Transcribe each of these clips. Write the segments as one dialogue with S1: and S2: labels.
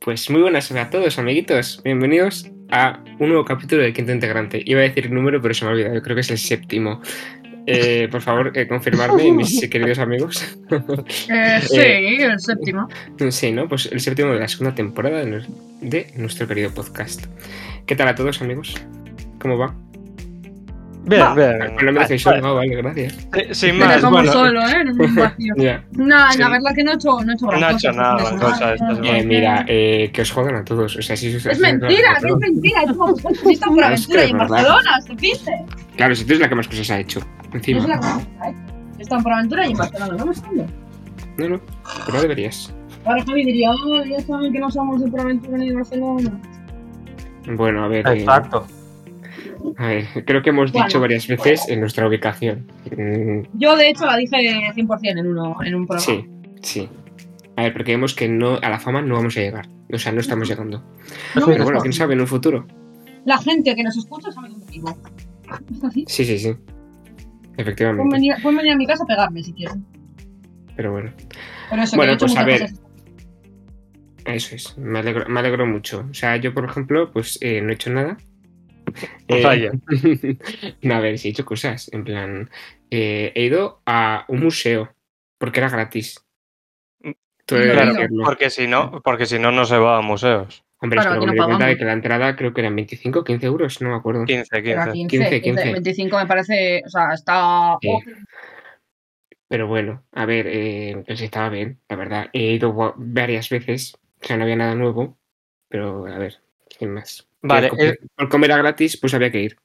S1: Pues muy buenas a todos, amiguitos. Bienvenidos a un nuevo capítulo de Quinto Integrante. Iba a decir el número, pero se me ha olvidado. Yo creo que es el séptimo. Eh, por favor, eh, confirmarme, mis queridos amigos.
S2: Eh, sí, el séptimo.
S1: Sí, ¿no? Pues el séptimo de la segunda temporada de, de nuestro querido podcast. ¿Qué tal a todos, amigos? ¿Cómo va?
S3: Bien,
S2: Va.
S3: bien.
S1: Ah, No me
S3: Vale,
S1: dejéis solo, ah, vale, gracias.
S3: vale. Sí, Sin
S2: Pero
S3: más,
S2: somos
S3: bueno,
S2: solo, ¿eh? En un vacío.
S1: Ya.
S2: No,
S1: Sí.
S2: la verdad que no he hecho, no he hecho gran
S3: No he hecho
S2: cosa,
S3: nada,
S2: pues,
S3: gran cosa, estás
S1: Eh, mira, eh, que os jodan a todos. O sea, si os-
S2: Es mentira,
S1: claro,
S2: que es mentira. Es como visto por
S1: Es que
S2: aventura
S1: es
S2: y en
S1: verdad.
S2: Barcelona, ¿se dice?
S1: Claro, si tú eres la que más cosas ha hecho.
S2: Es
S1: Encima.
S2: la cosa, ¿eh? Están por aventura y en Barcelona, no me entiendo.
S1: No, no, pero no deberías.
S2: Ahora Javi diría, oh, ya saben que no somos de por aventura ni de Barcelona.
S1: Bueno, a ver. eh,
S3: Exacto.
S1: a ver, creo que hemos
S2: Bueno.
S1: dicho varias veces en nuestra ubicación. Mm,
S2: Yo, de hecho, la dije 100% en, uno, en un programa.
S1: Sí, sí. A ver, porque vemos que no, a la fama no vamos a llegar. O sea, no estamos llegando.
S2: No me
S1: Pero bueno,
S2: gusta.
S1: quién sabe en un futuro.
S2: La gente que nos escucha sabe dónde vivo. ¿Es así?
S1: Sí, sí, sí.
S2: Pueden
S1: Efectivamente.
S2: venir, pueden venir a mi casa a pegarme si quieren.
S1: Pero bueno.
S2: Pero eso,
S1: Bueno,
S2: que yo he hecho
S1: pues, a
S2: muchas
S1: ver.
S2: cosas.
S1: Eso es, me alegro, me alegro mucho. O sea, yo, por ejemplo, pues eh, no he hecho nada. Eh,
S3: O sea, yo.
S1: no, a ver, sí he hecho cosas. En plan, eh, he ido a un museo porque era gratis. Tuve que
S3: Claro,
S1: hacerlo.
S3: porque si no, porque si no, no se va a museos.
S1: Hombre,
S2: Claro,
S1: pero
S2: aquí
S1: me
S2: no
S1: di cuenta de
S2: pagamos.
S1: que la entrada creo que eran 25 15 euros, no me acuerdo.
S3: 15,
S2: Pero a
S3: 15.
S2: 15,
S1: 15.
S2: 25 me parece, o sea, está...
S1: Sí. Pero bueno, a ver, eh, pues estaba bien, la verdad. He ido gua- varias veces, o sea, no había nada nuevo, pero a ver, sin más.
S3: Vale, eh,
S1: Por comer- por comer era gratis, pues había que ir.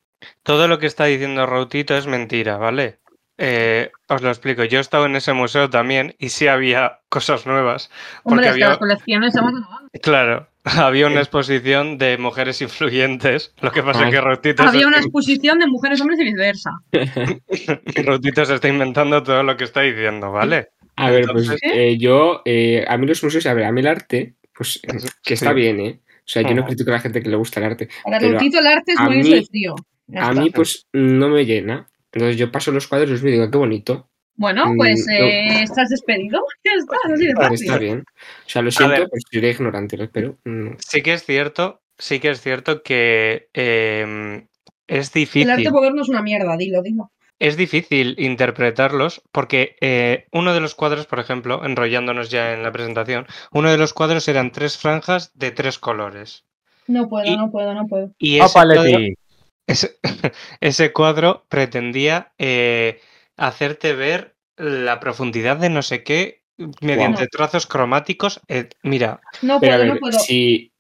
S3: Todo lo que está diciendo Rautito es mentira, ¿vale? Eh, os lo explico. Yo he estado en ese museo también y sí había cosas nuevas.
S2: Hombre,
S3: Porque
S2: es que
S3: había-
S2: las colecciones se van renovando.
S3: Claro, había una exposición de mujeres influyentes. Lo que pasa
S1: Ay.
S3: es que Rautito,
S2: Había
S3: se,
S1: eh,
S2: una exposición de mujeres, hombres y viceversa.
S3: Rautito se está inventando todo lo que está diciendo, ¿vale?
S1: A ver, pues
S3: Entonces-
S1: eh, yo, eh, a mí los museos, a ver, a mí el arte, pues eh, que está
S3: Sí.
S1: bien, ¿eh? O sea, yo no
S3: Ajá.
S1: critico a la gente que le gusta el arte.
S2: Para
S1: Pero
S2: Rautito el arte es
S1: a
S2: morirse
S1: mí-
S2: de frío. Ya
S1: A
S2: está.
S1: mí, pues, no me llena. Entonces yo paso los cuadros y los veo y digo, qué bonito,
S2: Bueno,
S1: mm,
S2: pues
S1: no.
S2: eh, estás despedido. Ya está, así de
S1: pues,
S2: fácil.
S1: está bien. O sea, lo siento,
S3: ver.
S1: pues yo era ignorante, ¿no? pero mm,
S3: Sí que es cierto, sí que es cierto que em, es
S2: El arte
S3: difícil.
S2: moderno es una mierda, dilo, dilo.
S3: Es difícil interpretarlos porque eh, uno de los cuadros, por ejemplo, enrollándonos ya en la presentación, uno de los cuadros eran tres franjas de tres colores.
S2: No puedo,
S3: Y-
S2: no puedo, no puedo.
S3: Y
S1: Ah,
S3: ese, cuadro, ese, ese cuadro pretendía eh, hacerte ver la profundidad de no sé qué mediante
S2: Guau.
S3: trazos cromáticos. Eh, mira,
S2: No
S1: Pero a
S2: puedo,
S1: ver,
S2: no puedo.
S1: si,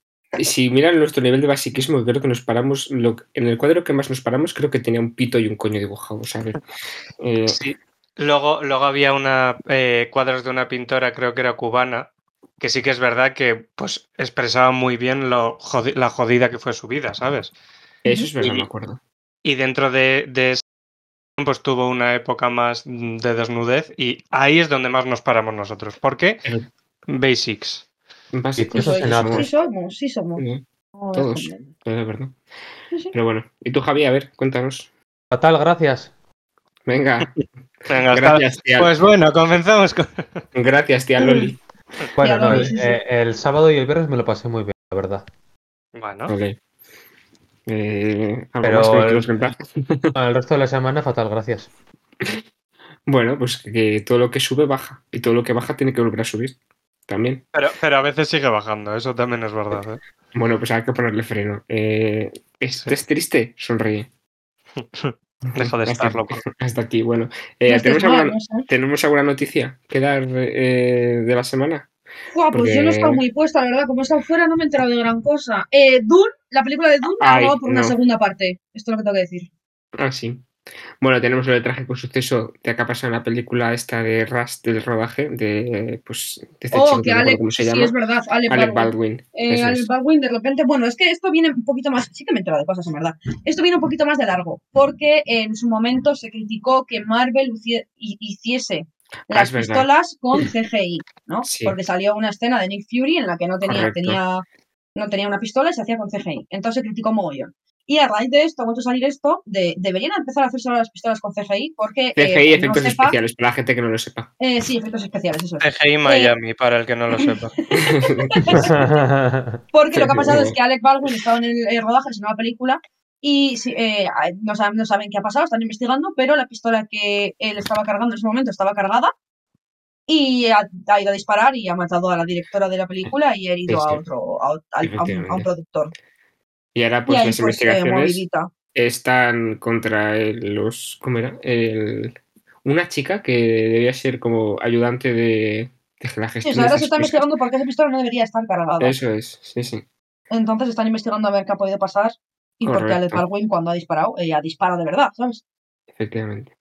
S1: si miran nuestro nivel de basiquismo, creo que nos paramos. lo- en el cuadro que más nos paramos, creo que tenía un pito y un coño dibujado, o sea, a ver, eh,
S3: Sí. Luego, luego había una eh, cuadros de una pintora, creo que era cubana, que sí que es verdad que pues expresaba muy bien lo jodi- la jodida que fue su vida, ¿sabes?
S1: eso es verdad,
S3: Y-
S1: me acuerdo.
S3: Y dentro de, de ese pues tuvo una época más mm, de desnudez y ahí es donde más nos paramos nosotros. ¿Por qué?
S1: Pero-
S3: Basics.
S1: Básico,
S2: Sí,
S1: pues eso
S2: soy-
S1: que
S2: Pues, sí
S1: somos,
S2: somos, sí somos.
S1: eh,
S2: No,
S1: Todos.
S2: déjame.
S1: la verdad.
S2: Sí, sí.
S1: Pero bueno, y tú, Javi, a ver, cuéntanos.
S4: Fatal, gracias.
S1: Venga,
S3: Venga, hasta-
S1: gracias, tía.
S3: Pues bueno, comenzamos con...
S1: Gracias, tía Loli.
S4: Bueno,
S2: lo
S4: no,
S2: ves, sí, sí.
S4: eh, el sábado y el viernes me lo pasé muy bien, la verdad.
S3: Bueno,
S1: Vale. Eh, ¿algo
S4: Pero
S1: más que me
S4: el-
S1: quieras contar?
S4: El resto de la semana, fatal, gracias.
S1: Bueno, pues que todo lo que sube baja. Y todo lo que baja tiene que volver a subir. También.
S3: pero, pero a veces sigue bajando, eso también es verdad. ¿eh?
S1: Bueno, pues hay que ponerle freno. Eh, ¿Esto
S3: Sí.
S1: es triste? Sonríe.
S3: Deja
S1: Hasta-
S3: de estarlo. por-
S1: Hasta aquí, bueno.
S2: No
S1: Eh,
S2: estés
S1: ¿tenemos,
S2: mal,
S1: alguna,
S2: no sé.
S1: tenemos alguna noticia que dar eh, de la semana?
S2: Buah, pues yo no he estado
S1: Porque-
S2: muy puesta, la verdad. Como he estado fuera, no me he enterado de gran cosa. Eh, Dune, la película de Dune, la
S1: Ay,
S2: grabado por una
S1: no.
S2: segunda parte. Esto es lo que tengo que decir.
S1: Ah, sí. Bueno, tenemos lo del trágico suceso de acá pasado en la película esta de Rust del rodaje, de, pues, de este
S2: oh,
S1: chico
S2: que
S1: no me acuerdo
S2: Alec,
S1: cómo se
S2: sí,
S1: llama.
S2: es verdad, Alec,
S1: Alec
S2: Baldwin.
S1: Baldwin.
S2: Eh,
S1: eso
S2: Alec
S1: es.
S2: Baldwin, de repente, bueno, es que esto viene un poquito más, sí que me he enterado de cosas, en verdad. Esto viene un poquito más de largo, porque en su momento se criticó que Marvel hucie- hi- hiciese
S1: Ah,
S2: las
S1: es verdad.
S2: pistolas con CGI, ¿no?
S1: Sí.
S2: Porque salió una escena de Nick Fury en la que no tenía,
S1: Correcto.
S2: tenía no tenía una pistola y se hacía con CGI. Entonces se criticó mogollón. Y a raíz de esto, ha vuelto a salir esto, de, deberían empezar a hacer solo las pistolas con CGI, porque... eh,
S1: CGI,
S2: no
S1: efectos
S2: sepa-
S1: especiales, para la gente que no lo sepa.
S2: eh, sí, efectos especiales, eso es.
S3: CGI Miami, para el que no lo sepa.
S2: Porque lo que ha
S1: Sí,
S2: pasado
S1: sí.
S2: es que Alec Baldwin estaba en el eh, rodaje de su nueva película y sí, eh, ah, no, saben, no saben qué ha pasado, están investigando, pero la pistola que él estaba cargando en ese momento estaba cargada y ha, ha ido a disparar y ha matado a la directora de la película y ha herido
S1: Sí, sí.
S2: a otro, a, ot- al- a un, a un
S1: Efectivamente.
S2: productor.
S1: Y ahora,
S2: y
S1: pues,
S2: ahí
S1: las
S2: pues, eh,
S1: investigaciones
S2: movidita.
S1: están contra el- los. ¿Cómo era? El- una chica que debía ser como ayudante de, de la
S2: Sí, o
S1: gestión.
S2: sea,
S1: de
S2: ahora
S1: esas
S2: se está
S1: cosas.
S2: investigando porque esa pistola no debería estar cargada.
S1: Eso es, sí, sí.
S2: Entonces están investigando a ver qué ha podido pasar y por qué Alec
S1: Correcto.
S2: Baldwin cuando ha disparado, ella dispara de verdad, ¿sabes?
S1: Efectivamente.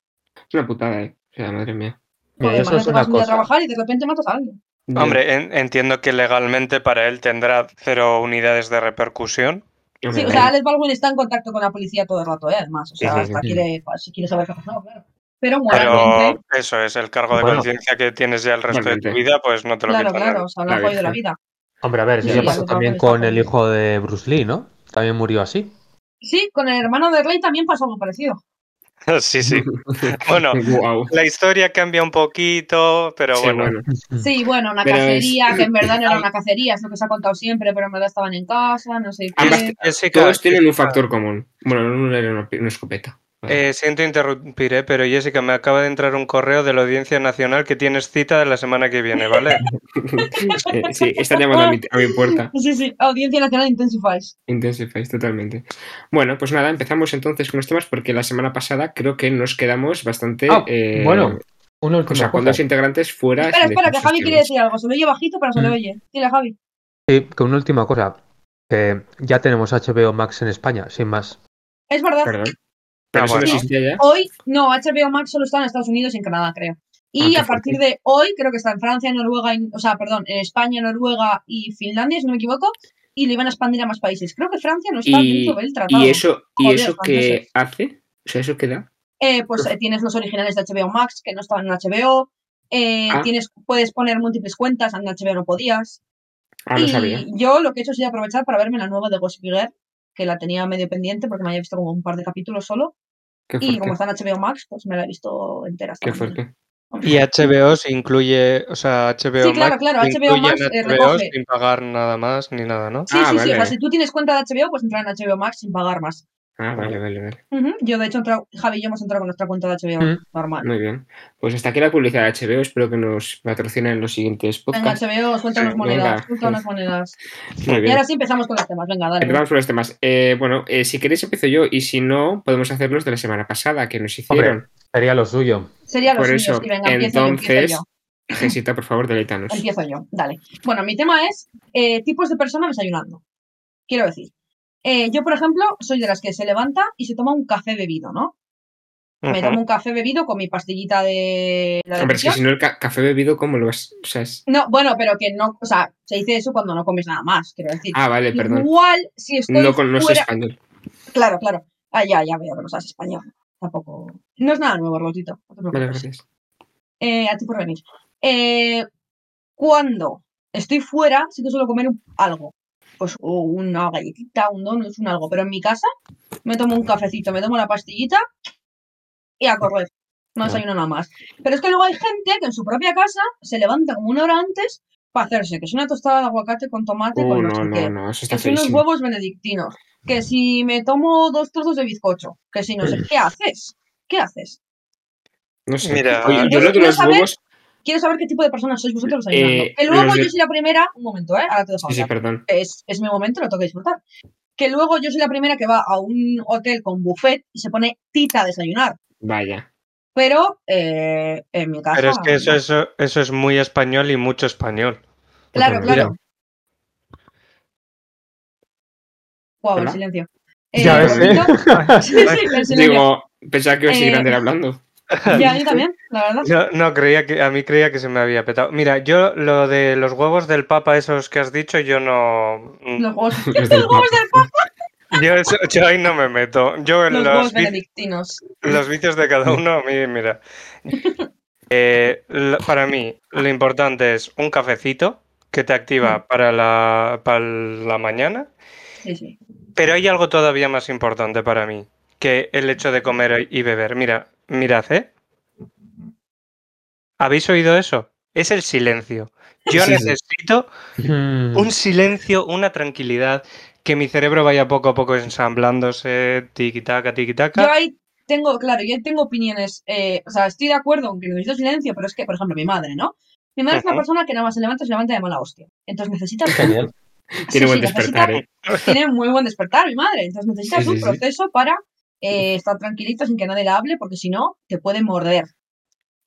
S1: Es una putada, eh. O sea, madre mía.
S4: Mira,
S2: Joder,
S4: eso
S2: mañana
S4: es
S2: te
S4: una
S2: vas un día a
S4: cosa.
S2: trabajar y de repente matas a alguien.
S3: Hombre, en- entiendo que legalmente para él tendrá cero unidades de repercusión.
S1: Hombre,
S2: Sí, o
S1: vale.
S2: sea, Alex Baldwin está en contacto con la policía todo el rato, ¿eh? además. O sea,
S1: Sí, sí,
S2: hasta
S4: sí.
S2: quiere, si quiere saber qué ha pasado, claro. Pero ¿eh? moralmente,
S3: Pero eso es el cargo de
S4: Bueno.
S3: conciencia que tienes ya el resto de tu
S1: Realmente.
S3: vida, pues no te lo
S2: claro,
S3: quitan.
S2: claro, o sea, le han
S1: Claro,
S2: jodido la
S1: sí.
S2: vida.
S4: Hombre, a ver,
S2: Sí,
S4: eso
S2: sí,
S4: pasó
S2: sí,
S4: también
S2: sí,
S4: con
S2: sí.
S4: el hijo de Bruce Lee, ¿no? También murió así.
S2: Sí, con el hermano de Rey también pasó algo parecido.
S3: Sí, sí. Bueno,
S1: Guau.
S3: la historia cambia un poquito, pero
S1: Sí,
S3: bueno.
S1: bueno.
S2: Sí, bueno, una
S1: Pero es-
S2: cacería, que en verdad no era una cacería, es lo que se ha contado siempre, pero en verdad estaban en casa, no sé
S1: Ambas
S2: qué.
S3: Jessica,
S1: Todos tienen un
S3: Jessica,
S1: factor común. Bueno, no era una, una escopeta.
S3: eh, siento interrumpir, eh, pero Jessica, me acaba de entrar un correo de la Audiencia Nacional que tienes cita de la semana que viene, ¿vale?
S1: Eh, sí, están llamando a mi, a mi puerta.
S2: Sí, sí, Audiencia Nacional Intensifies.
S1: Intensifies, totalmente. Bueno, pues nada, empezamos entonces con los temas porque la semana pasada creo que nos quedamos bastante.
S4: Ah,
S1: eh,
S4: bueno, una
S1: O
S4: última
S1: sea, con
S4: cosa.
S1: dos integrantes fuera.
S2: Espera,
S1: sin
S2: espera, que
S1: decir
S2: Javi
S1: sus
S2: quiere decir algo. Se lo oye bajito, pero se lo
S4: Mm.
S2: oye. Dile, Javi.
S4: Sí, que una última cosa. Que ya tenemos HBO Max en España, sin más.
S2: Es verdad.
S1: Perdón. Ah, Pero eso no
S3: bueno.
S1: existía ya.
S2: Hoy, no, HBO Max solo está en Estados Unidos y en Canadá, creo. Y
S1: Ah, qué
S2: a partir de hoy, creo que está en Francia, Noruega, y- o sea, perdón, en España, Noruega y Finlandia, si no me equivoco, y lo iban a expandir a más países. Creo que Francia no está
S1: Y-
S2: dentro del tratado.
S1: ¿Y eso, y
S2: Joder, pues
S1: eso
S2: franceses.
S1: qué hace? O sea, ¿eso qué da?
S2: Eh, pues eh, tienes los originales de HBO Max que no estaban en HBO. eh,
S1: Ah.
S2: tienes, puedes poner múltiples cuentas, en HBO no podías.
S1: Ah, no
S2: y
S1: sabía.
S2: yo lo que he hecho es ir a aprovechar para verme la nueva de Ghost Girl, que la tenía medio pendiente porque me había visto como un par de capítulos solo.
S1: Qué
S2: Y como
S1: fuerte.
S2: está en HBO Max, pues me la he visto entera. hasta
S1: Qué
S2: la mañana.
S1: fuerte.
S3: Y HBO se incluye, o sea, HBO
S2: Sí, claro,
S3: Max
S2: claro,
S3: se
S2: HBO
S3: incluye
S2: Max, eh,
S3: en HBO
S2: recoge.
S3: sin pagar nada más ni nada, ¿no?
S2: Sí,
S1: Ah,
S2: sí, sí. O sea,
S1: vale.
S2: si tú tienes cuenta de HBO, pues entra en HBO Max sin pagar más.
S1: Ah, vale, vale, vale.
S2: Ujú, Yo, de hecho, he entrado- Javi y yo hemos entrado con nuestra cuenta de HBO
S4: Mm.
S2: normal.
S1: Muy bien. Pues hasta aquí la publicidad de HBO. Espero que nos patrocinen los siguientes
S2: Venga,
S1: podcasts.
S2: HBO, suelta
S1: Pues Sí,
S2: unas monedas,
S1: venga. pues
S2: suelta unas monedas.
S1: Muy
S2: Y
S1: bien.
S2: ahora sí empezamos con los temas. Venga, dale.
S1: Empezamos por los temas. Eh, bueno, eh, si queréis empiezo yo y si no, podemos hacer los de la semana pasada que nos hicieron.
S4: Hombre, sería lo suyo.
S2: Sería los
S1: por
S2: suyos.
S1: eso,
S2: Y venga, empiezo yo,
S1: entonces, pues
S2: empiezo
S1: Jesita, por favor, deleítanos.
S2: yo. Empiezo yo, dale. Bueno, mi tema es eh, tipos de personas desayunando. Quiero decir, eh, yo, por ejemplo, soy de las que se levanta y se toma un café bebido, ¿no? Me
S3: Ujú.
S2: tomo un café bebido con mi pastillita de la
S1: Hombre, es que
S2: depresión.
S1: si no el ca- café bebido, ¿cómo lo vas? O sea, es-
S2: No, bueno, pero que no, o sea, se dice eso cuando no comes nada más, quiero decir.
S1: Ah, vale, perdón.
S2: Igual si estoy
S1: No, con, no sé
S2: fuera...
S1: español.
S2: Claro, claro. Ah, ya, ya veo que no sabes español. Tampoco... No es nada nuevo, Rotito. No te
S1: Vale,
S2: preocupes.
S1: gracias.
S2: Eh, a ti por venir. Eh, cuando estoy fuera, sí que suelo comer un- algo. Pues o una galletita, un donut, un algo. Pero en mi casa me tomo un cafecito, me tomo la pastillita y a correr. No desayuno nada más. Pero es que luego hay gente que en su propia casa se levanta como una hora antes para hacerse que es una tostada de aguacate con tomate,
S1: Uh,
S2: con no, sé
S1: no,
S2: qué
S1: no, no, eso
S2: que
S1: está
S2: si unos
S1: feísimo.
S2: huevos benedictinos, que si me tomo dos trozos de bizcocho, que si no sé, ¿qué haces? ¿Qué haces?
S1: No sé.
S3: Mira,
S1: Oye, yo
S2: Yo
S1: lo de
S2: quiero
S1: los
S2: saber-
S1: huevos.
S2: Quiero saber qué tipo de personas sois vosotros desayunando.
S1: Eh,
S2: que luego
S1: los de-
S2: yo soy la primera, un momento, ¿eh? Ahora te dejo
S1: Sí, sí,
S2: hablar.
S1: perdón.
S2: Es, es mi momento, lo tengo que disfrutar. Que luego yo soy la primera que va a un hotel con buffet y se pone tita a desayunar.
S1: Vaya.
S2: Pero eh, en mi casa.
S3: Pero es que eso, eso, eso es muy español y mucho español.
S2: Claro,
S1: Mira.
S2: claro. Guau, el
S1: Hola.
S2: silencio.
S4: Ya ves, ¿eh?
S2: Rocito. Sí, sí, el silencio.
S1: Digo, pensaba que iba a seguir
S2: Eh,
S1: Ander hablando.
S2: Ya, a mí también, la verdad.
S3: No, no, creía que a mí creía que se me había petado. Mira, yo lo de los huevos del Papa, esos que has dicho, yo no. mm,
S2: Los huevos.
S1: Los del
S2: Los huevos del
S3: Yo, eso- yo ahí no me meto. Yo en
S2: Los
S3: los,
S2: huevos
S3: vi-
S2: benedictinos.
S3: los vicios de cada uno, a mí, mira. Eh, lo- para mí, lo importante es un cafecito, que te activa para la, para la mañana.
S2: Sí, sí.
S3: Pero hay algo todavía más importante para mí que el hecho de comer y beber. Mira, mirad, ¿eh? ¿Habéis oído eso? Es el silencio. Yo
S1: Sí, sí.
S3: necesito un silencio, una tranquilidad, que mi cerebro vaya poco a poco ensamblándose, tiki-taka,
S2: Yo
S3: tiki-taka.
S2: ahí tengo, claro, yo tengo opiniones. eh, o sea, estoy de acuerdo aunque necesito silencio, pero es que, por ejemplo, mi madre, ¿no? Mi madre es una
S3: Ujú.
S2: persona que nada más se levanta, se levanta de mala hostia. Entonces necesita.
S4: Genial.
S1: Tiene
S2: sí,
S1: buen
S2: sí,
S1: despertar,
S2: necesita-
S1: ¿eh?
S2: Tiene muy buen despertar, mi madre. Entonces necesitas
S1: Sí,
S2: un
S1: sí, sí.
S2: proceso para eh, estar tranquilita sin que nadie la hable, porque si no, te puede morder.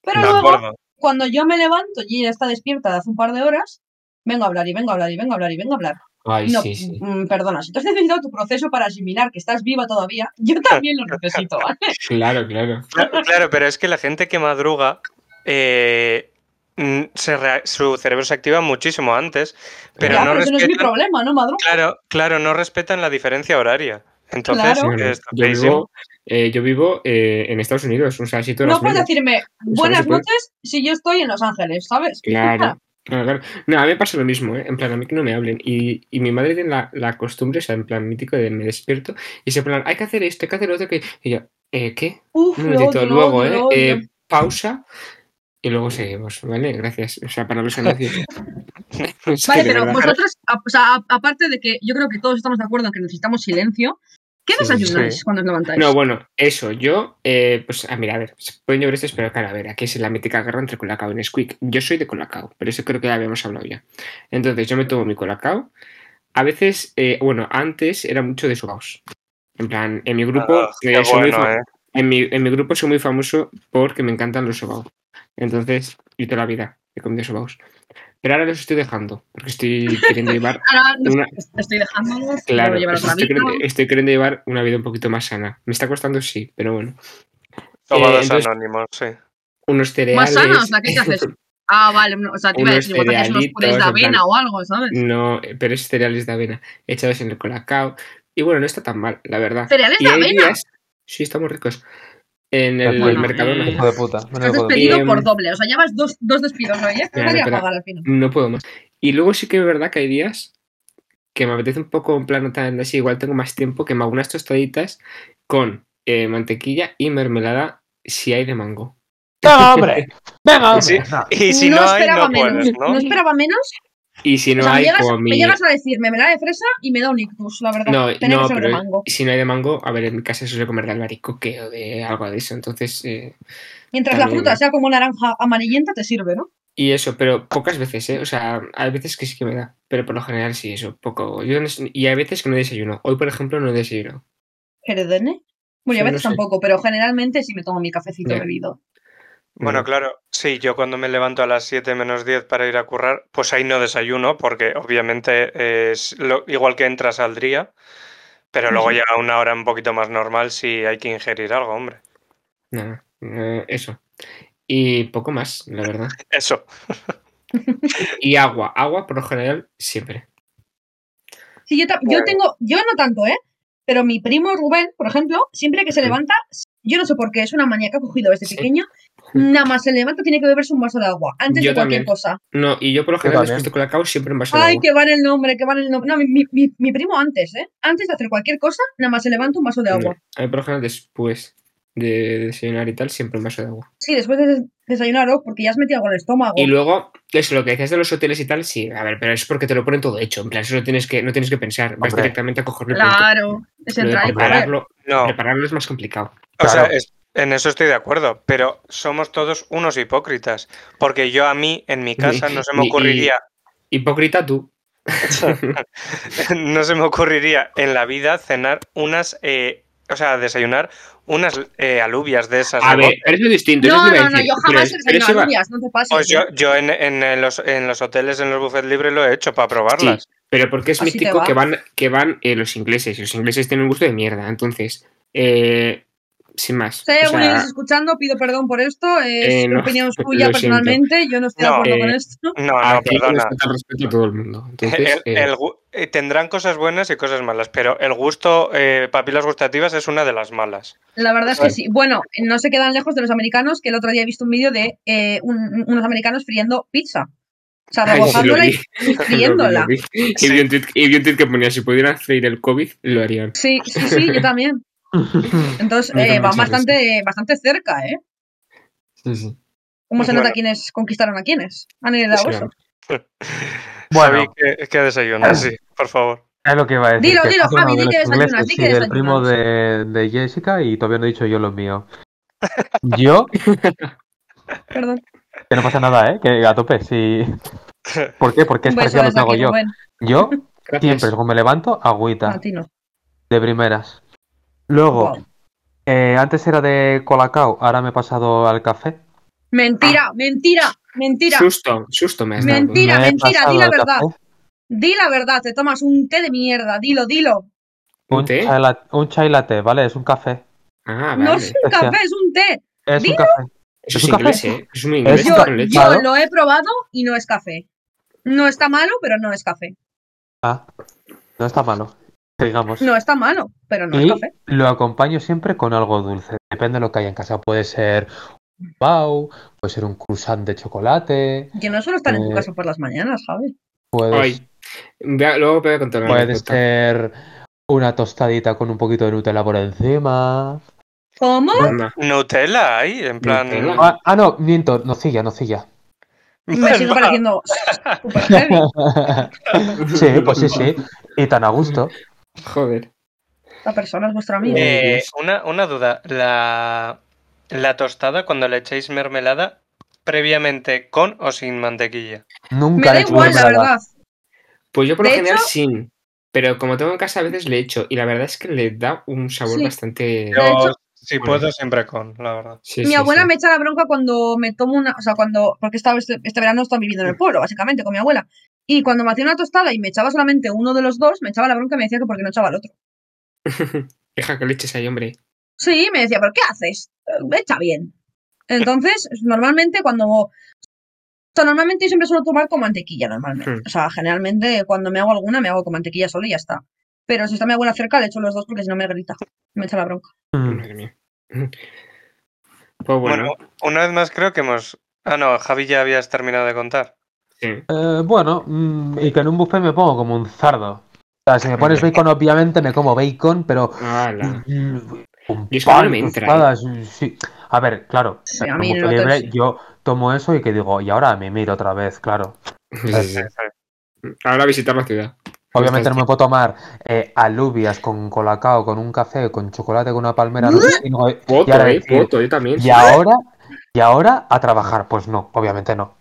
S2: Pero
S3: De
S2: luego,
S3: acuerdo.
S2: cuando yo me levanto y ella está despierta de hace un par de horas, vengo a hablar y vengo a hablar y vengo a hablar y vengo a hablar.
S1: Ay,
S2: no,
S1: sí, sí.
S2: mm, perdona, si tú has necesitado tu proceso para asimilar que estás viva todavía, yo también lo necesito. ¿vale?
S1: Claro, claro.
S3: Claro, claro, pero es que la gente que madruga, eh, mm, se rea- su cerebro se activa muchísimo antes, pero
S2: ya,
S3: no
S2: pero eso no es mi
S3: respetan,
S2: problema, ¿no, Madru?
S3: claro, claro, no respetan la diferencia horaria. Entonces, eh,
S2: Claro.
S1: Sí, no, no.
S3: está
S1: Yo
S3: feísimo.
S1: vivo, eh, yo vivo eh, en Estados Unidos, o sea, si tú
S2: No
S1: las
S2: puedes
S1: menos.
S2: decirme buenas
S1: se puede.
S2: noches si yo estoy en Los Ángeles, ¿sabes?
S1: Claro. Claro, claro. No, a mí me pasa lo mismo, ¿eh? En plan, a mí que no me hablen. Y, y mi madre tiene la, la costumbre, o sea, en plan mítico de me despierto y se plan, hay que hacer esto, hay que hacer lo otro, que... Y yo, ¿eh, ¿qué?
S2: Uf,
S1: Un
S2: lo
S1: momentito,
S2: odio, lo
S1: luego,
S2: odio,
S1: ¿eh?
S2: lo odio.
S1: Eh, Pausa y luego seguimos, ¿vale? Gracias. O sea, para los anuncios. Es
S2: Vale,
S1: que de
S2: pero
S1: verdad.
S2: vosotros, a- o sea, a- aparte de que yo creo que todos estamos de acuerdo en que necesitamos silencio, ¿qué
S1: Sí,
S2: desayunáis
S3: sí.
S2: cuando os levantáis?
S1: No, bueno, eso, yo, eh, pues, ah, mira, a ver, se pueden llover estos, pero claro, a ver, aquí es la mítica guerra entre colacao y Nesquik. Yo soy de colacao, pero eso creo que ya habíamos hablado ya. Entonces, yo me tomo mi colacao. A veces, eh, bueno, antes era mucho de sugaos. En plan, en mi grupo,
S3: Ah, qué
S1: eh, soy muy
S3: bueno,
S1: fa-
S3: ¿eh?
S1: en, mi, en mi grupo soy muy famoso porque me encantan los sobaos. Entonces, yo toda la vida he comido sobaos. Pero ahora los estoy dejando, porque estoy queriendo llevar
S2: Ahora no,
S1: una,
S2: estoy dejando,
S1: Claro,
S2: quiero llevar
S1: estoy,
S2: otra vida.
S1: queriendo, estoy queriendo llevar una vida un poquito más sana. Me está costando, sí, pero bueno.
S3: Tomados
S1: Eh, entonces-
S3: anónimos, sí.
S1: Unos
S2: Más
S1: cereales.
S2: sana, o sea, ¿qué te haces? Ah, vale, no, o sea, te iba a
S1: Unos
S2: decir, igual te hacías unos purés de
S1: cerealitos, en
S2: avena
S1: plan- Mm.
S2: o algo, ¿sabes?
S1: No, pero es cereales de avena echados en el colacao. Y bueno, no está tan mal, la verdad.
S2: ¿Cereales
S1: Y
S2: de
S1: hay
S2: avena?
S1: días- sí, estamos ricos. En el
S2: Bueno,
S1: Mercadona.
S4: Hijo de puta. Bueno,
S2: Estás
S4: hijo de
S2: despedido
S1: Em,
S2: por doble, o sea, llevas dos, dos despidos hoy, ¿eh? Te
S1: Claro,
S2: voy a
S1: espera.
S2: pagar al final.
S1: No puedo más. Y luego sí que es verdad que hay días que me apetece un poco en plan tan así, igual tengo más tiempo, que me hago unas tostaditas con eh, mantequilla y mermelada si hay de mango.
S4: Venga, hombre. Venga, hombre.
S3: Sí.
S4: Nada.
S3: Y si no, hay, no
S2: menos,
S3: puedes, ¿no?
S2: esperaba menos.
S1: Y si no
S2: o sea, me
S1: hay
S2: llegas,
S1: como mi-
S2: me llegas a decir mermelada de fresa y me da un ictus, la verdad.
S1: No,
S2: Tenía
S1: no,
S2: que ser de
S1: pero
S2: mango.
S1: si no hay de mango, a ver, en mi casa suele comer de albaricoque o de algo de eso, entonces... eh,
S2: Mientras la
S1: también-
S2: fruta sea como naranja amarillenta, te sirve, ¿no?
S1: Y eso, pero pocas veces, ¿eh? O sea, hay veces que sí que me da, pero por lo general sí, eso, poco. Yo no sé- y hay veces que no desayuno. Hoy, por ejemplo, no desayuno.
S2: Geredene. Bueno, yo a
S1: Sí, no
S2: veces
S1: sé.
S2: tampoco, pero generalmente sí me tomo mi cafecito
S1: Ya.
S2: bebido.
S3: Bueno,
S1: No.
S3: claro, sí, yo cuando me levanto a las 7 menos 10 para ir a currar, pues ahí no desayuno, porque obviamente es lo- igual que entras al día, pero luego
S2: Ujú.
S3: llega una hora un poquito más normal si hay que ingerir algo, hombre.
S1: Nada, eh, eso. Y poco más, la verdad.
S3: Eso.
S1: Y agua, agua por lo general siempre.
S2: Sí, yo, ta- yo tengo, yo no tanto, ¿eh? Pero mi primo Rubén, por ejemplo, siempre que se
S1: Ujú.
S2: levanta, yo no sé por qué, es una manía que ha cogido desde
S1: Sí.
S2: pequeño, nada más se levanta tiene que beberse un vaso de agua, antes
S1: Yo
S2: de cualquier
S1: también.
S2: cosa.
S1: No, y yo por lo general
S4: también.
S1: después de colacao siempre en vaso de
S2: Ay,
S1: agua.
S2: que va en el nombre, que va en el nombre. No, mi, mi- mi- mi primo antes, ¿eh? Antes de hacer cualquier cosa, nada más se levanta un vaso de agua.
S1: No, a mí por lo general después de desayunar y tal, siempre en vaso de agua.
S2: Sí, después de des- desayunar, oh, porque ya has metido algo en el estómago.
S1: Y luego, eso, lo que decías de los hoteles y tal, sí, a ver, pero es porque te lo ponen todo hecho. En plan, eso no tienes que, no tienes que pensar, vas
S4: Hombre.
S1: directamente a cogerlo y punto.
S2: claro, es
S1: Lo de
S2: entrar y comer.
S1: prepararlo,
S3: No,
S1: prepararlo es más complicado.
S3: o sea,
S4: Claro.
S3: es- en eso estoy de acuerdo, pero somos todos unos hipócritas, porque yo a mí, en mi casa, no se me
S1: y- y-
S3: ocurriría
S1: Hipócrita tú.
S3: no se me ocurriría en la vida cenar unas, eh, o sea, desayunar unas eh, alubias de esas.
S1: A
S3: de
S1: ver, pero eso es distinto. eso
S2: No,
S1: te iba a
S2: no, no,
S1: decir,
S2: yo
S1: pero
S2: jamás
S1: es-
S2: he
S1: pero eso
S2: desayunado
S1: iba-
S2: alubias, no te pases.
S3: Pues
S2: ¿eh?
S3: yo, yo en, en, eh, los, en los hoteles, en los buffets libres lo he hecho para
S1: Sí,
S3: probarlas.
S1: pero porque es
S2: Así te
S1: mítico
S2: va.
S1: que van, que van eh, los ingleses. y Los ingleses tienen un gusto de mierda. Entonces, eh, sin más.
S2: Si hay
S1: O
S2: algún
S1: sea,
S2: inglés escuchando, pido perdón por esto. Es
S1: Eh, no,
S2: opinión suya
S1: lo siento.
S2: personalmente. Yo no estoy de
S3: No,
S2: acuerdo
S1: eh,
S2: con esto.
S3: No, Ah, no,
S1: aquí
S3: perdona.
S1: respeta- respeto a todo el mundo. Entonces,
S3: El-
S1: eh,
S3: el gu- eh, tendrán cosas buenas y cosas malas, pero el gusto, eh, papilas gustativas, es una de las malas.
S2: La verdad es que sí. Bueno, no se quedan lejos de los americanos, que el otro día he visto un vídeo de eh, un- unos americanos friendo pizza. O sea,
S1: Ay, sí, lo
S2: rebozándola
S1: vi.
S2: y y friéndola.
S1: Lo vi, lo vi. Y vi un tweet- y vi un tweet que ponía, si pudieran freír el COVID, lo harían.
S2: Sí, sí, sí, yo también. Entonces,
S4: Me da
S2: eh, van
S4: mucha
S2: bastante, bastante cerca, ¿eh?
S1: Sí, sí.
S2: ¿Cómo se nota
S3: Bueno.
S2: quiénes conquistaron a quiénes? Han ido a
S1: Sí,
S2: oso.
S3: Bueno,
S4: Bueno.
S3: que, que desayunas,
S1: Ah.
S3: sí, por favor.
S4: Es lo que iba a decir.
S2: Dilo,
S4: que
S2: dilo,
S4: está hablando
S2: Javi, di
S4: de
S2: que
S4: los
S2: desayunas,
S4: ingleses
S2: di que
S4: y del
S2: desayunas.
S4: primo de, de Jessica y todavía no he dicho yo los míos. Yo,
S2: Perdón.
S4: que no pasa nada, ¿eh? Que a tope, sí. ¿Por qué? Porque es
S2: Un beso
S4: parecido a lo que
S2: desde
S4: hago
S2: aquí,
S4: yo.
S2: Rubén.
S4: Yo
S1: Gracias.
S4: siempre, como me levanto, agüita.
S2: A ti no.
S4: De primeras. Luego,
S2: Wow.
S4: eh, antes era de colacao, ahora me he pasado al café. Ah.
S2: Mentira, mentira, mentira.
S1: Susto, susto me has dado.
S2: Mentira.
S4: Me he
S2: mentira, di
S4: pasado
S2: la
S4: al
S2: verdad.
S4: café,
S2: Di la verdad, te tomas un té de mierda. Dilo, dilo.
S4: Un,
S1: ¿Un té?
S4: chai la- un chai latte, ¿vale? Es un café.
S1: Ah,
S2: No
S1: vale.
S2: es un
S4: Hostia.
S2: café, es un té.
S4: Es
S2: Dilo.
S4: un café.
S1: Eso
S4: ¿Es
S1: es
S4: un
S1: inglés,
S4: café?
S1: ¿eh? Eso es muy inglés.
S4: Es un
S2: Yo,
S4: café.
S1: con leche.
S2: yo
S4: Claro.
S2: lo he probado y no es café. No está malo, pero no es café.
S4: Ah, no está malo, que digamos.
S2: No está malo, pero no es
S4: Y
S2: café.
S4: lo acompaño siempre con algo dulce. Depende de lo que haya en casa. Puede ser un pau, puede ser un croissant de chocolate,
S2: Yo no suelo estar en tu
S4: Eh,
S2: casa por las mañanas, Javi.
S4: puede,
S1: Ay, voy a- luego voy a contar una
S4: puede
S1: anécdota.
S4: ser una tostadita con un poquito de Nutella por encima.
S2: ¿Cómo?
S1: Anda.
S3: Nutella ahí, en plan.
S1: Nutella.
S4: Ah, ah, no, miento, nocilla, nocilla.
S2: Me sigue
S3: Va,
S2: pareciendo super heavy.
S4: sí, pues sí, sí. Y tan a gusto.
S1: Joder.
S2: La persona es vuestro amigo.
S1: Eh, Dios.
S3: una, una duda. La, la tostada, cuando le echéis mermelada, previamente con o sin mantequilla.
S2: Me
S4: Nunca
S2: da
S4: le he hecho
S2: igual, la
S4: mermelada.
S2: verdad.
S1: Pues yo por lo
S2: De
S1: general
S2: hecho-
S1: sin. Pero como tengo en casa a veces le echo. Y la verdad es que le da un sabor
S2: Sí.
S1: bastante.
S3: Yo,
S2: hecho-
S3: si
S1: Bueno.
S3: puedo, siempre con, la verdad.
S1: Sí,
S2: Mi
S1: sí,
S2: abuela
S1: sí.
S2: me echa la bronca cuando me tomo una, o sea, cuando, porque estaba este, este verano estaba viviendo en el pueblo, básicamente, con mi abuela. Y cuando me hacía una tostada y me echaba solamente uno de los dos, me echaba la bronca y me decía que porque no echaba el otro.
S1: Deja que le eches ahí, hombre.
S2: Sí, me decía, ¿pero qué haces? Eh, Echa bien. Entonces, normalmente cuando... O sea, normalmente yo siempre suelo tomar con mantequilla, normalmente.
S1: Hmm.
S2: O sea, generalmente cuando me hago alguna, me hago con mantequilla solo y ya está. Pero si está mi abuela cerca, le echo los dos porque si no me grita. Me echa la bronca.
S4: Mm.
S1: Madre mía. Pues bueno,
S3: Bueno. una vez más creo que hemos. Ah, no, Javi ya habías terminado de contar.
S1: sí.
S4: Eh, bueno, mm, y que en un buffet me pongo como un zardo. O sea, si me pones bacon, obviamente me como bacon, pero.
S1: Hala.
S4: Un
S1: Y es que no me entra, ¿eh?
S4: tostadas, sí. A ver, claro,
S2: Sí, a
S4: como
S2: mí no te-
S4: libre,
S2: sí.
S4: yo tomo eso y que digo, y ahora me miro otra vez, claro.
S1: Ahora visitar la ciudad.
S4: Obviamente
S1: Entonces-
S4: no me puedo tomar eh, alubias con colacao, con un café, con chocolate, con una palmera. no sé, y no- y
S1: Voto,
S4: ahora
S1: eh,
S4: decir,
S1: voto, yo también.
S4: y ahora, y ahora a trabajar. Pues no, obviamente no.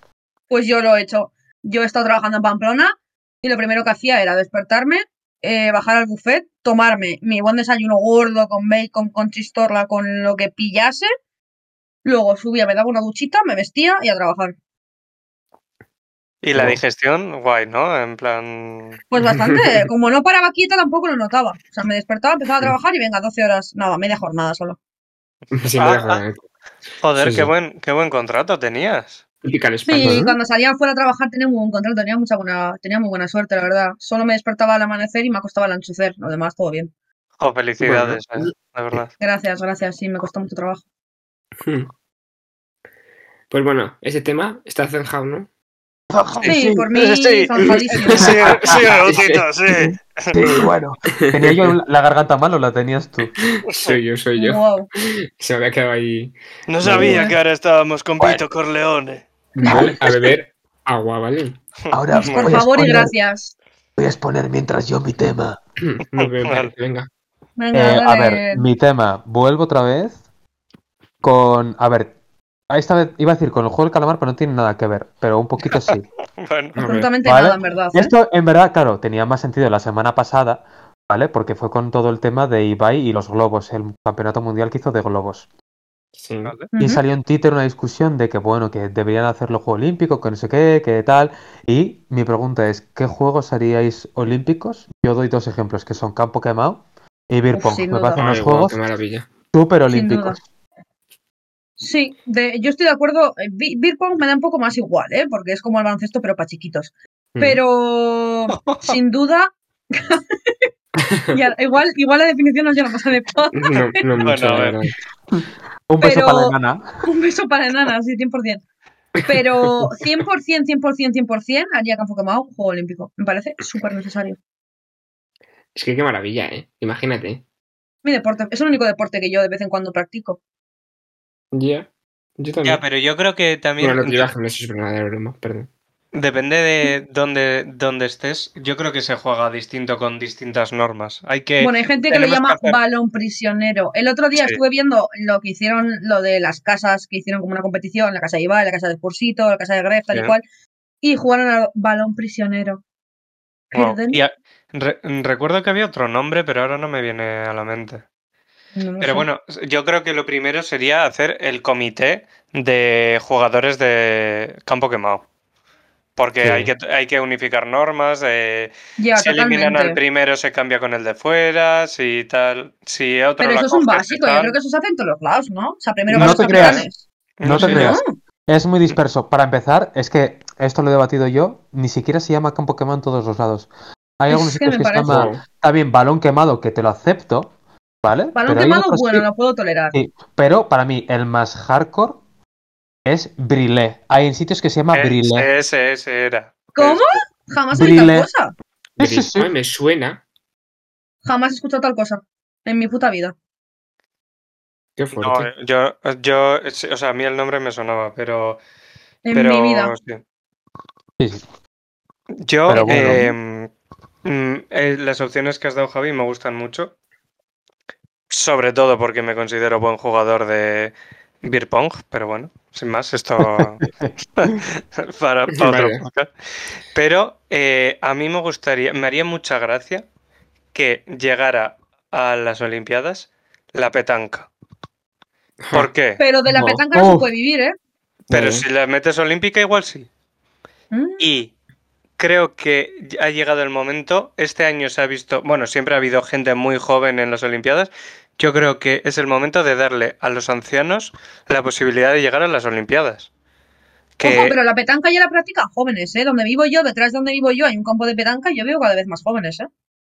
S2: Pues yo lo he hecho. Yo he estado trabajando en Pamplona y lo primero que hacía era despertarme, eh, bajar al buffet, tomarme mi buen desayuno gordo con bacon, con chistorla, con lo que pillase. Luego subía, me daba una duchita, me vestía y a trabajar.
S3: Y la
S1: No.
S3: digestión, guay, ¿no? En plan.
S2: Pues bastante, como no paraba quieta tampoco lo notaba. O sea, me despertaba, empezaba a trabajar y venga, 12 horas, nada, media jornada solo.
S1: Sí, me
S3: Ah,
S1: dejo,
S3: ah.
S1: eh.
S3: Joder,
S1: Sí, sí.
S3: qué, buen, qué buen contrato tenías.
S1: Típica de España.
S2: Sí,
S4: Ujú.
S2: cuando salía fuera a trabajar tenía muy buen control, tenía, mucha buena, tenía muy buena suerte, la verdad. Solo me despertaba al amanecer y me acostaba al anochecer, lo demás todo bien.
S3: Oh, felicidades,
S1: Bueno.
S3: eh, la verdad.
S2: Gracias, gracias, sí, me costó mucho trabajo.
S1: Pues bueno, ese tema está zanjado, ¿no?
S2: Sí, por mí,
S3: sí,
S2: zanjadísimo.
S3: sí, sí, Agustito, sí.
S4: Sí, bueno. ¿Tenía yo la garganta mal o la tenías tú?
S1: Soy yo, soy yo.
S2: Wow.
S1: Se me había quedado ahí.
S3: No sabía
S2: Bueno.
S3: que ahora estábamos con Vito Corleone.
S1: Vale, a beber agua, ¿vale?
S4: Ahora
S3: Por
S2: Por
S4: voy a
S2: favor y
S4: exponer-
S2: gracias.
S4: Voy a exponer mientras yo mi tema.
S1: No veo,
S3: Vale.
S1: venga.
S2: Venga,
S4: Eh, a
S2: dale.
S4: ver, mi tema. Vuelvo otra vez con. A ver, esta vez iba a decir con el juego del calamar, pero no tiene nada que ver. Pero un poquito sí.
S3: Bueno,
S1: A ver.
S2: absolutamente
S4: Vale.
S2: nada, en verdad. ¿eh?
S4: Esto, en verdad, claro, tenía más sentido la semana pasada, ¿vale? Porque fue con todo el tema de Ibai y los globos, el campeonato mundial que hizo de globos.
S1: Sí.
S3: vale.
S2: Ujú.
S4: Y salió en Twitter una discusión de que, bueno, que deberían hacer los Juegos Olímpicos, que no sé qué, que tal. Y mi pregunta es, ¿qué juegos haríais olímpicos? Yo doy dos ejemplos, que son Campo Quemado y Beer
S2: Uf,
S4: Pong.
S2: sin
S4: Me
S2: duda.
S4: parecen unos
S1: Ay, guau,
S4: juegos
S1: qué maravilla.
S4: súper
S2: Sin duda.
S4: olímpicos.
S2: Sí, de- yo estoy de acuerdo. eh, bi- Beer pong me da un poco más igual, ¿eh? porque es como el baloncesto, pero para chiquitos.
S1: Mm.
S2: Pero sin duda. y a- igual, igual la definición nos llegamos a de paz.
S1: Mm. No, no mucho,
S3: Bueno, a
S1: la
S3: ver.
S1: verdad.
S4: Un beso
S2: Pero-
S4: para la nana.
S2: Un beso para enanas, sí, 100%. Pero 100%, 100%, 100% haría Campo Quemado un juego olímpico. Me parece súper necesario.
S1: Es que qué maravilla, ¿eh? Imagínate.
S2: Mi deporte, es el único deporte que yo de vez en cuando practico.
S1: Ya. Yo también.
S3: Ya, pero yo creo que también.
S1: Bueno, no te iba a gimnasio, es una de broma, perdón.
S3: Depende de dónde, dónde estés. Yo creo que se juega distinto con distintas normas. Hay que.
S2: Bueno, hay gente que lo
S3: tenemos
S2: llama
S3: que hacer-
S2: balón prisionero. El otro día
S3: Sí.
S2: estuve viendo lo que hicieron, lo de las casas que hicieron como una competición, la casa de Ibai, la casa de Pursito, la casa de Gref, tal y
S3: Sí.
S2: cual, y jugaron al balón prisionero.
S3: Wow.
S2: Perdón,
S3: Oh, Y a- re- recuerdo que había otro nombre, pero ahora no me viene a la mente.
S2: no lo sé.
S3: Pero bueno, yo creo que lo primero sería hacer el comité de jugadores de campo quemado. Porque
S1: Sí.
S3: hay, que, hay que unificar normas, eh,
S2: Ya,
S3: si eliminan al
S2: totalmente.
S3: primero se cambia con el de fuera, si tal, si otro
S2: Pero
S3: la
S2: eso es un
S3: coge,
S2: básico, yo
S3: tal.
S2: creo que eso se hace en todos los lados, ¿no? O sea, primero
S4: No
S2: van los
S4: te creas.
S2: capitanes.
S4: No te
S3: sé.
S4: creas.
S2: No.
S4: Es muy disperso. Para empezar, es que esto lo he debatido yo, ni siquiera se llama campo quemado en todos los lados. Hay
S2: Es
S4: algunos
S2: que
S4: sitios
S2: me
S4: que se
S2: parece-
S4: llama
S1: Wow.
S4: también balón quemado, que te lo acepto, ¿vale?
S2: Balón
S4: Pero hay
S2: quemado,
S4: otros
S2: bueno,
S4: sitios-
S2: lo puedo tolerar.
S4: Sí, pero para mí el más hardcore es brilé. Hay en sitios que se
S1: Eh,
S4: llama brilé.
S3: Ese, ese, ese era.
S2: ¿Cómo? Jamás he oído
S4: Brile.
S2: tal cosa.
S4: Sí, sí,
S1: Brin-
S4: sí.
S1: Ay, Me suena.
S2: Jamás he escuchado tal cosa. En mi puta vida.
S1: Qué
S3: Es- no, eh.
S1: fuerte.
S3: yo, yo, o sea, a mí el nombre me sonaba, pero...
S2: En
S3: pero
S2: mi vida.
S3: sí.
S4: Sí, sí.
S3: Yo,
S4: Pero bueno.
S3: em, mm, eh, las opciones que has dado, Javi, me gustan mucho. Sobre todo porque me considero buen jugador de beer pong, pero bueno, sin más, esto para, para otro
S1: Vale.
S3: podcast. Pero eh, a mí me gustaría, me haría mucha gracia que llegara a las Olimpiadas la petanca. ¿Por qué?
S2: Pero de la
S4: No.
S2: petanca no se
S4: Uf.
S2: puede vivir, ¿eh?
S3: Pero
S1: Vale.
S3: si la metes olímpica, igual sí.
S2: Mm.
S3: Y creo que ha llegado el momento. Este año se ha visto, bueno, siempre ha habido gente muy joven en las Olimpiadas. Yo creo que es el momento de darle a los ancianos la posibilidad de llegar a las Olimpiadas. Que
S2: Ojo, pero la petanca ya la practican jóvenes, ¿eh? Donde vivo yo, detrás de donde vivo yo, hay un campo de petanca y yo veo cada vez más jóvenes, ¿eh?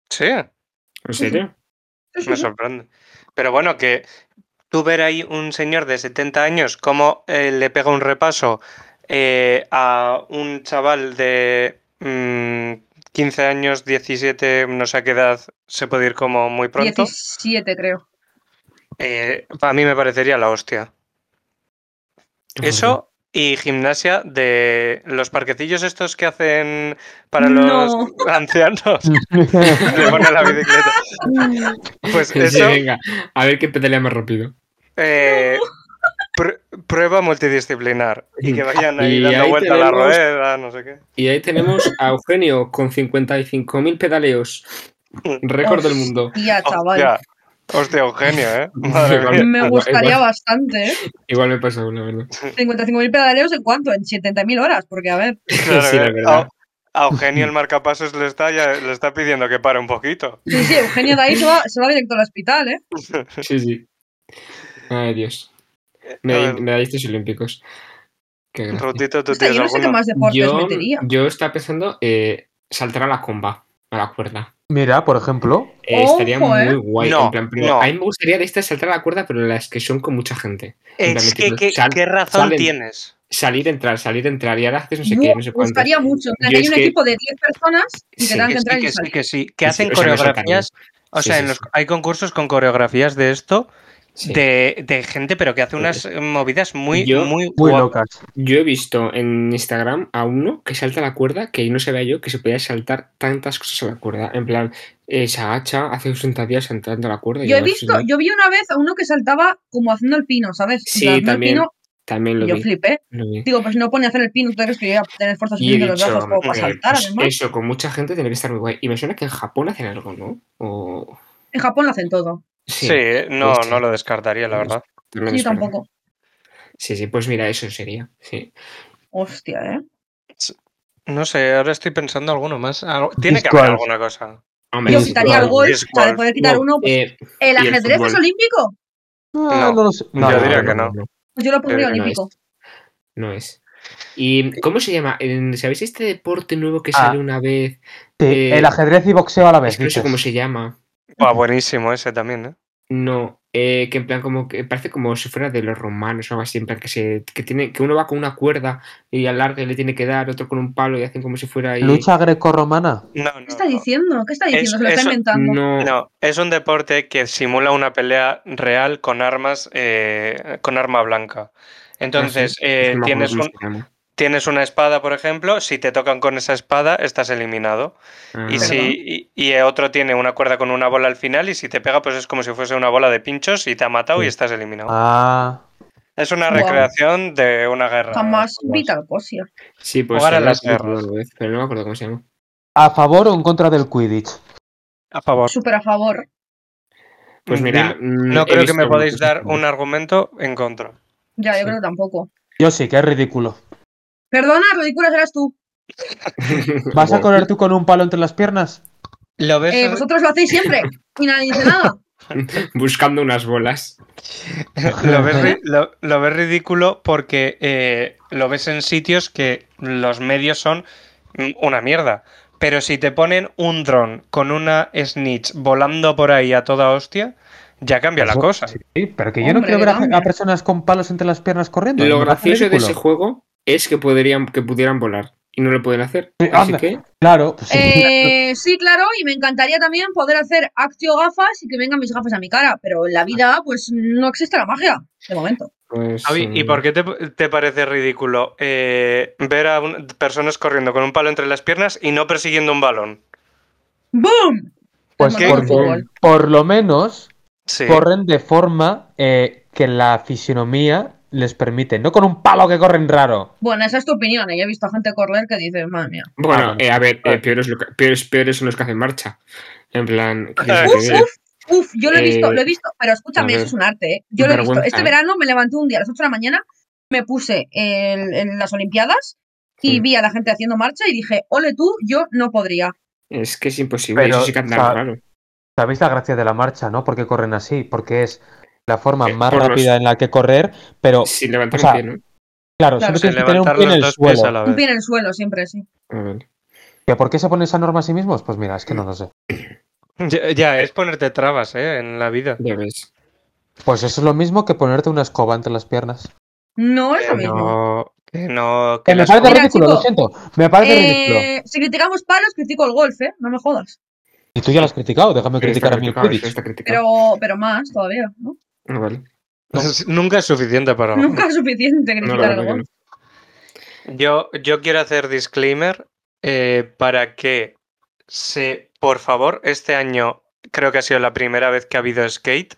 S3: sí,
S1: ¿En serio?
S2: Sí, sí,
S3: me
S2: sí.
S3: sorprende. Pero bueno, que tú ver ahí un señor de 70 años cómo eh, le pega un repaso eh, a un chaval de mm, 15 años, 17, no sé a qué edad se puede ir como muy pronto.
S2: 17, creo.
S3: Eh, a mí me parecería la hostia.
S1: Qué
S3: Eso y gimnasia de los parquecillos estos que hacen para
S2: No.
S3: los ancianos. Le ponen la bicicleta. Pues
S1: fuerte. Sí,
S3: eso,
S1: venga. A ver qué pedalea más rápido.
S3: eh, pr- prueba multidisciplinar. Y que vayan ahí
S1: Y
S3: dando
S1: ahí
S3: vuelta a la
S1: tenemos-
S3: rueda, no sé qué.
S1: Y ahí tenemos a Eugenio con 55.000 pedaleos. Récord del mundo.
S2: Tía, chaval.
S3: Hostia, hostia, Eugenio, ¿eh?
S1: Igual-
S3: Madre mía.
S2: Me
S1: igual-
S2: gustaría
S1: igual-
S2: bastante, ¿eh?
S1: Igual me pasa una, ¿verdad?
S2: 55.000 pedaleos en cuánto? En 70.000 horas, porque a ver.
S3: Claro,
S1: sí, la
S3: eh,
S1: verdad.
S3: A, a Eugenio el marcapasos le está, ya, le está pidiendo que pare un poquito.
S2: Sí, sí, Eugenio de ahí se va, se va directo al hospital, ¿eh?
S1: Sí, sí. Ay, Dios.
S3: A
S1: Me,
S3: ver.
S1: me dais estos olímpicos. Qué gracia.
S3: Rutito, tú
S2: O sea,
S3: tienes
S2: yo no sé qué
S3: alguno?
S2: más deportes
S1: yo,
S2: metería.
S1: yo estaba pensando eh, saltar a la comba, a la cuerda.
S4: Mira, por ejemplo,
S1: Eh,
S2: Ojo,
S1: estaría
S2: ¿eh?
S1: muy guay.
S3: No,
S1: en plan, pero
S3: no.
S1: A mí me gustaría de estas saltar a la cuerda, pero las que son con mucha gente. En plan,
S3: Es que,
S1: metiendo-
S3: ¿qué,
S1: sal-
S3: qué razón
S1: salen.
S3: tienes?
S1: Salir, entrar, salir, entrar. Y ahora haces no sé
S2: Buah,
S1: qué, no sé
S2: me
S1: cuánto.
S2: gustaría mucho. En plan,
S1: Yo
S2: que hay
S1: es
S2: un
S1: que-
S2: equipo de 10 personas y
S1: Sí,
S2: que tengan que
S3: Que
S2: entrar
S3: sí,
S2: y
S3: que sí,
S2: salir.
S3: que sí. Que
S1: Sí,
S3: hacen
S1: sí, o sea, no son
S3: coreografías. O
S1: Sí,
S3: sea,
S1: sí,
S3: en los-
S1: sí.
S3: hay concursos con coreografías de esto,
S1: Sí.
S3: de, de gente, pero que hace unas eh, movidas muy,
S1: Yo-
S3: muy
S4: muy
S3: guapas.
S4: locas.
S1: Yo he visto en Instagram a uno que salta la cuerda que no sabía yo que se podía saltar tantas cosas a la cuerda. En plan, eh, se agacha, hace sentadillas saltando a la cuerda. y
S2: Yo he
S1: no sé
S2: visto,
S1: si-
S2: yo vi una vez a uno que saltaba como haciendo el pino, ¿sabes? En
S1: Sí,
S2: plan, haciendo
S1: también,
S2: el pino,
S1: también lo
S2: y yo
S1: vi.
S2: flipé.
S1: lo vi.
S2: Digo, pues no pone a hacer el pino, tú crees que voy a tener fuerza
S1: Y he
S2: suficiente en los
S1: dicho,
S2: brazos como para
S1: eh,
S2: saltar,
S1: pues
S2: además.
S1: eso, con mucha gente tiene que estar muy guay. Y me suena que en Japón hacen algo, ¿no? O...
S2: En Japón lo hacen todo.
S3: Sí, eh, no,
S1: sí.
S3: no lo descartaría, la verdad.
S1: no
S2: Sí, yo
S1: es verdad.
S2: tampoco.
S1: Sí, sí, pues mira, eso sería. Sí.
S2: Hostia, ¿eh?
S3: No sé, ahora estoy pensando alguno más. Algo- Tiene que
S4: Discord.
S3: haber alguna cosa.
S1: Hombre,
S2: Yo
S1: sí,
S2: quitaría
S1: claro.
S2: el golf,
S3: disc
S2: o sea, de
S3: golf.
S2: poder quitar
S1: No,
S2: uno. pues,
S1: eh,
S2: ¿El
S1: y el
S2: ajedrez es
S1: fútbol.
S2: olímeno?
S4: Ah,
S3: No.
S4: no lo sé. No,
S3: Yo
S4: no,
S3: diría
S4: no,
S3: que no.
S2: Pues yo lo pondría
S1: Eh, no,
S2: olímpico.
S1: No es. ¿Y cómo se llama? En- ¿Sabéis este deporte nuevo que
S4: Ah.
S1: salió una vez?
S4: Sí,
S1: Eh,
S4: el ajedrez y boxeo a la
S1: Es
S4: vez.
S1: que no sé
S4: dices.
S1: cómo se llama.
S3: Va buenísimo ese también, ¿eh?
S1: No, eh, que en plan como que parece como si fuera de los romanos o algo así, en plan que se que tiene que uno va con una cuerda y al largo le tiene que dar, otro con un palo y hacen como si fuera ahí.
S4: Lucha grecorromana.
S3: No, no,
S2: ¿Qué está
S3: no.
S2: diciendo? ¿Qué está
S3: Es-
S2: diciendo? Se lo está
S3: eso-
S2: inventando.
S1: No,
S3: No, es un deporte que simula una pelea real con armas, eh, con arma blanca.
S1: Ah,
S3: Entonces, eh,
S1: no me acuerdo
S3: tienes,
S1: cómo
S3: un-
S1: se llama.
S3: tienes una espada, por ejemplo, si te tocan con esa espada, estás eliminado.
S1: Ah,
S3: Y,
S2: Perdón.
S3: si, y, y el otro tiene una cuerda con una bola al final y si te pega, pues es como si fuese una bola de pinchos y te ha matado
S4: Sí.
S3: y estás eliminado.
S4: Ah,
S3: Es una
S2: Guau.
S3: recreación de una guerra.
S2: Jamás vi tal cosa.
S1: Sí, pues
S3: Jugar a
S1: había
S3: las
S1: escuchado
S3: guerras.
S1: alguna vez, pero no me acuerdo cómo se llama.
S4: ¿a favor o en contra del Quidditch?
S3: A favor.
S2: Súper a favor.
S1: Pues mira,
S3: Dime-
S1: mm,
S3: no
S1: he
S3: creo que
S1: visto
S3: me podáis
S1: muchos
S3: dar
S1: ejemplos.
S3: un argumento en contra.
S2: Ya, yo
S1: Sí.
S2: creo que tampoco.
S4: Yo sí, que es ridículo.
S2: Perdona, ridículas eras tú.
S4: ¿Vas a
S1: Wow.
S4: correr tú con un palo entre las piernas?
S3: ¿Lo ves?
S2: Eh, vosotros lo hacéis siempre. Y nadie dice nada.
S1: buscando unas bolas.
S3: lo, ves ri- lo- lo ves ridículo porque eh, lo ves en sitios que los medios son mm, una mierda. Pero si te ponen un dron con una snitch volando por ahí a toda hostia, ya cambia la
S4: Eso-
S3: cosa.
S4: Pues, Sí, pero que yo no
S2: Hombre,
S4: quiero ver a- a,
S2: cambia.
S4: personas con palos entre las piernas corriendo. ¿eh?
S1: Lo
S4: me parece
S1: gracioso de
S4: ridículo.
S1: ese juego es que podrían que pudieran volar y no lo pueden hacer.
S4: Sí,
S1: Así
S4: anda.
S1: que
S4: Claro, pues sí.
S2: Eh, sí, claro, y me encantaría también poder hacer actio gafas y que vengan mis gafas a mi cara. Pero en la vida, pues no existe la magia. De momento.
S1: pues,
S3: Javi, ¿y
S1: mm,
S3: por qué te, te parece ridículo eh, ver a un- personas corriendo con un palo entre las piernas y no persiguiendo un balón?
S2: ¡Boom!
S4: Pues
S2: Como
S4: porque-
S2: el fútbol.
S4: por lo menos
S3: Sí.
S4: corren de forma eh, que la fisionomía les permite, no con un palo que corren raro.
S2: Bueno, esa es tu opinión. ¿eh? Yo he visto a gente correr que dice, madre mía.
S1: Bueno,
S4: Ah, bueno.
S1: eh, a ver, eh,
S4: Vale.
S1: peores, lo que- peores- peores son los que hacen marcha. En plan, ¿qué quieres
S3: Uf,
S1: que diga?
S2: uf, Uf, yo lo he visto,
S1: Eh,
S2: lo he visto, pero escúchame,
S1: a ver,
S2: eso es un arte, ¿eh? Yo lo he visto.
S1: vergüenza,
S2: Este
S1: ¿eh?
S2: verano me levanté un día a las 8 de la mañana, me puse en, en las Olimpiadas y
S1: Sí.
S2: vi a la gente haciendo marcha y dije, ole tú, yo no podría.
S1: es que es imposible,
S4: Pero,
S1: eso sí que andar
S4: o sea,
S1: raro.
S4: ¿Sabéis la gracia de la marcha, no? Porque corren así, porque es la forma
S1: Eh,
S4: más
S1: por los-
S4: rápida en la que correr, pero
S1: Sin levantar
S4: o sea,
S1: un pie, ¿no?
S2: claro.
S4: claro, siempre
S3: Sí,
S4: tienes que tener un
S3: levantar
S4: pie en
S3: los
S4: el
S3: dos pies a
S4: suelo.
S3: la
S2: Un
S3: vez.
S2: pie en el suelo siempre, sí.
S1: A ver.
S4: ¿Que ¿Por qué se pone esa norma a sí mismos? Pues mira, es que no lo sé.
S3: Ya, ya, es ponerte trabas eh, en la vida.
S1: Ya ves.
S4: Pues eso es lo mismo que ponerte una escoba entre las piernas.
S2: No es lo
S3: Que
S2: mismo.
S3: no, que no, que
S4: Que Eh, me
S3: las-
S4: parece
S2: Mira,
S4: ridículo,
S2: chico,
S4: lo siento. Me parece ridículo.
S2: Eh, si criticamos palos, critico el golf, ¿eh? No me jodas.
S4: Y tú ya lo has criticado, déjame
S1: Pero está
S4: criticar a mí el
S1: criticado, eso
S4: Quidditch.
S1: está criticado.
S2: Pero, pero más todavía, ¿no?
S1: Ah, vale.
S3: Nunca es suficiente para uno.
S2: Nunca es suficiente
S1: No, la
S2: criticar el
S1: verdad que
S2: golf.
S3: Yo, yo quiero hacer disclaimer eh, para que se, por favor, este año creo que ha sido la primera vez que ha habido skate.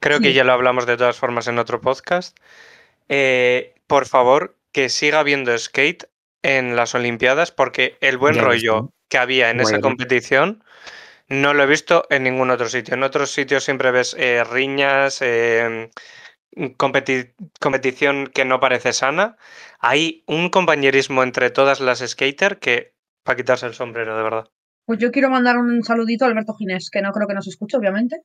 S3: Creo que
S2: Sí.
S3: ya lo hablamos de todas formas en otro podcast. Eh, por favor, que siga habiendo skate en las Olimpiadas porque el buen
S1: Ya ves,
S3: rollo
S1: ¿no?
S3: que había en esa
S1: Bueno.
S3: competición no lo he visto en ningún otro sitio. En otros sitios siempre ves eh, riñas, eh, competi- competición que no parece sana. Hay un compañerismo entre todas las skater que para quitarse el sombrero, de verdad.
S2: Pues yo quiero mandar un saludito a Alberto Ginés, que no creo que nos escuche, obviamente.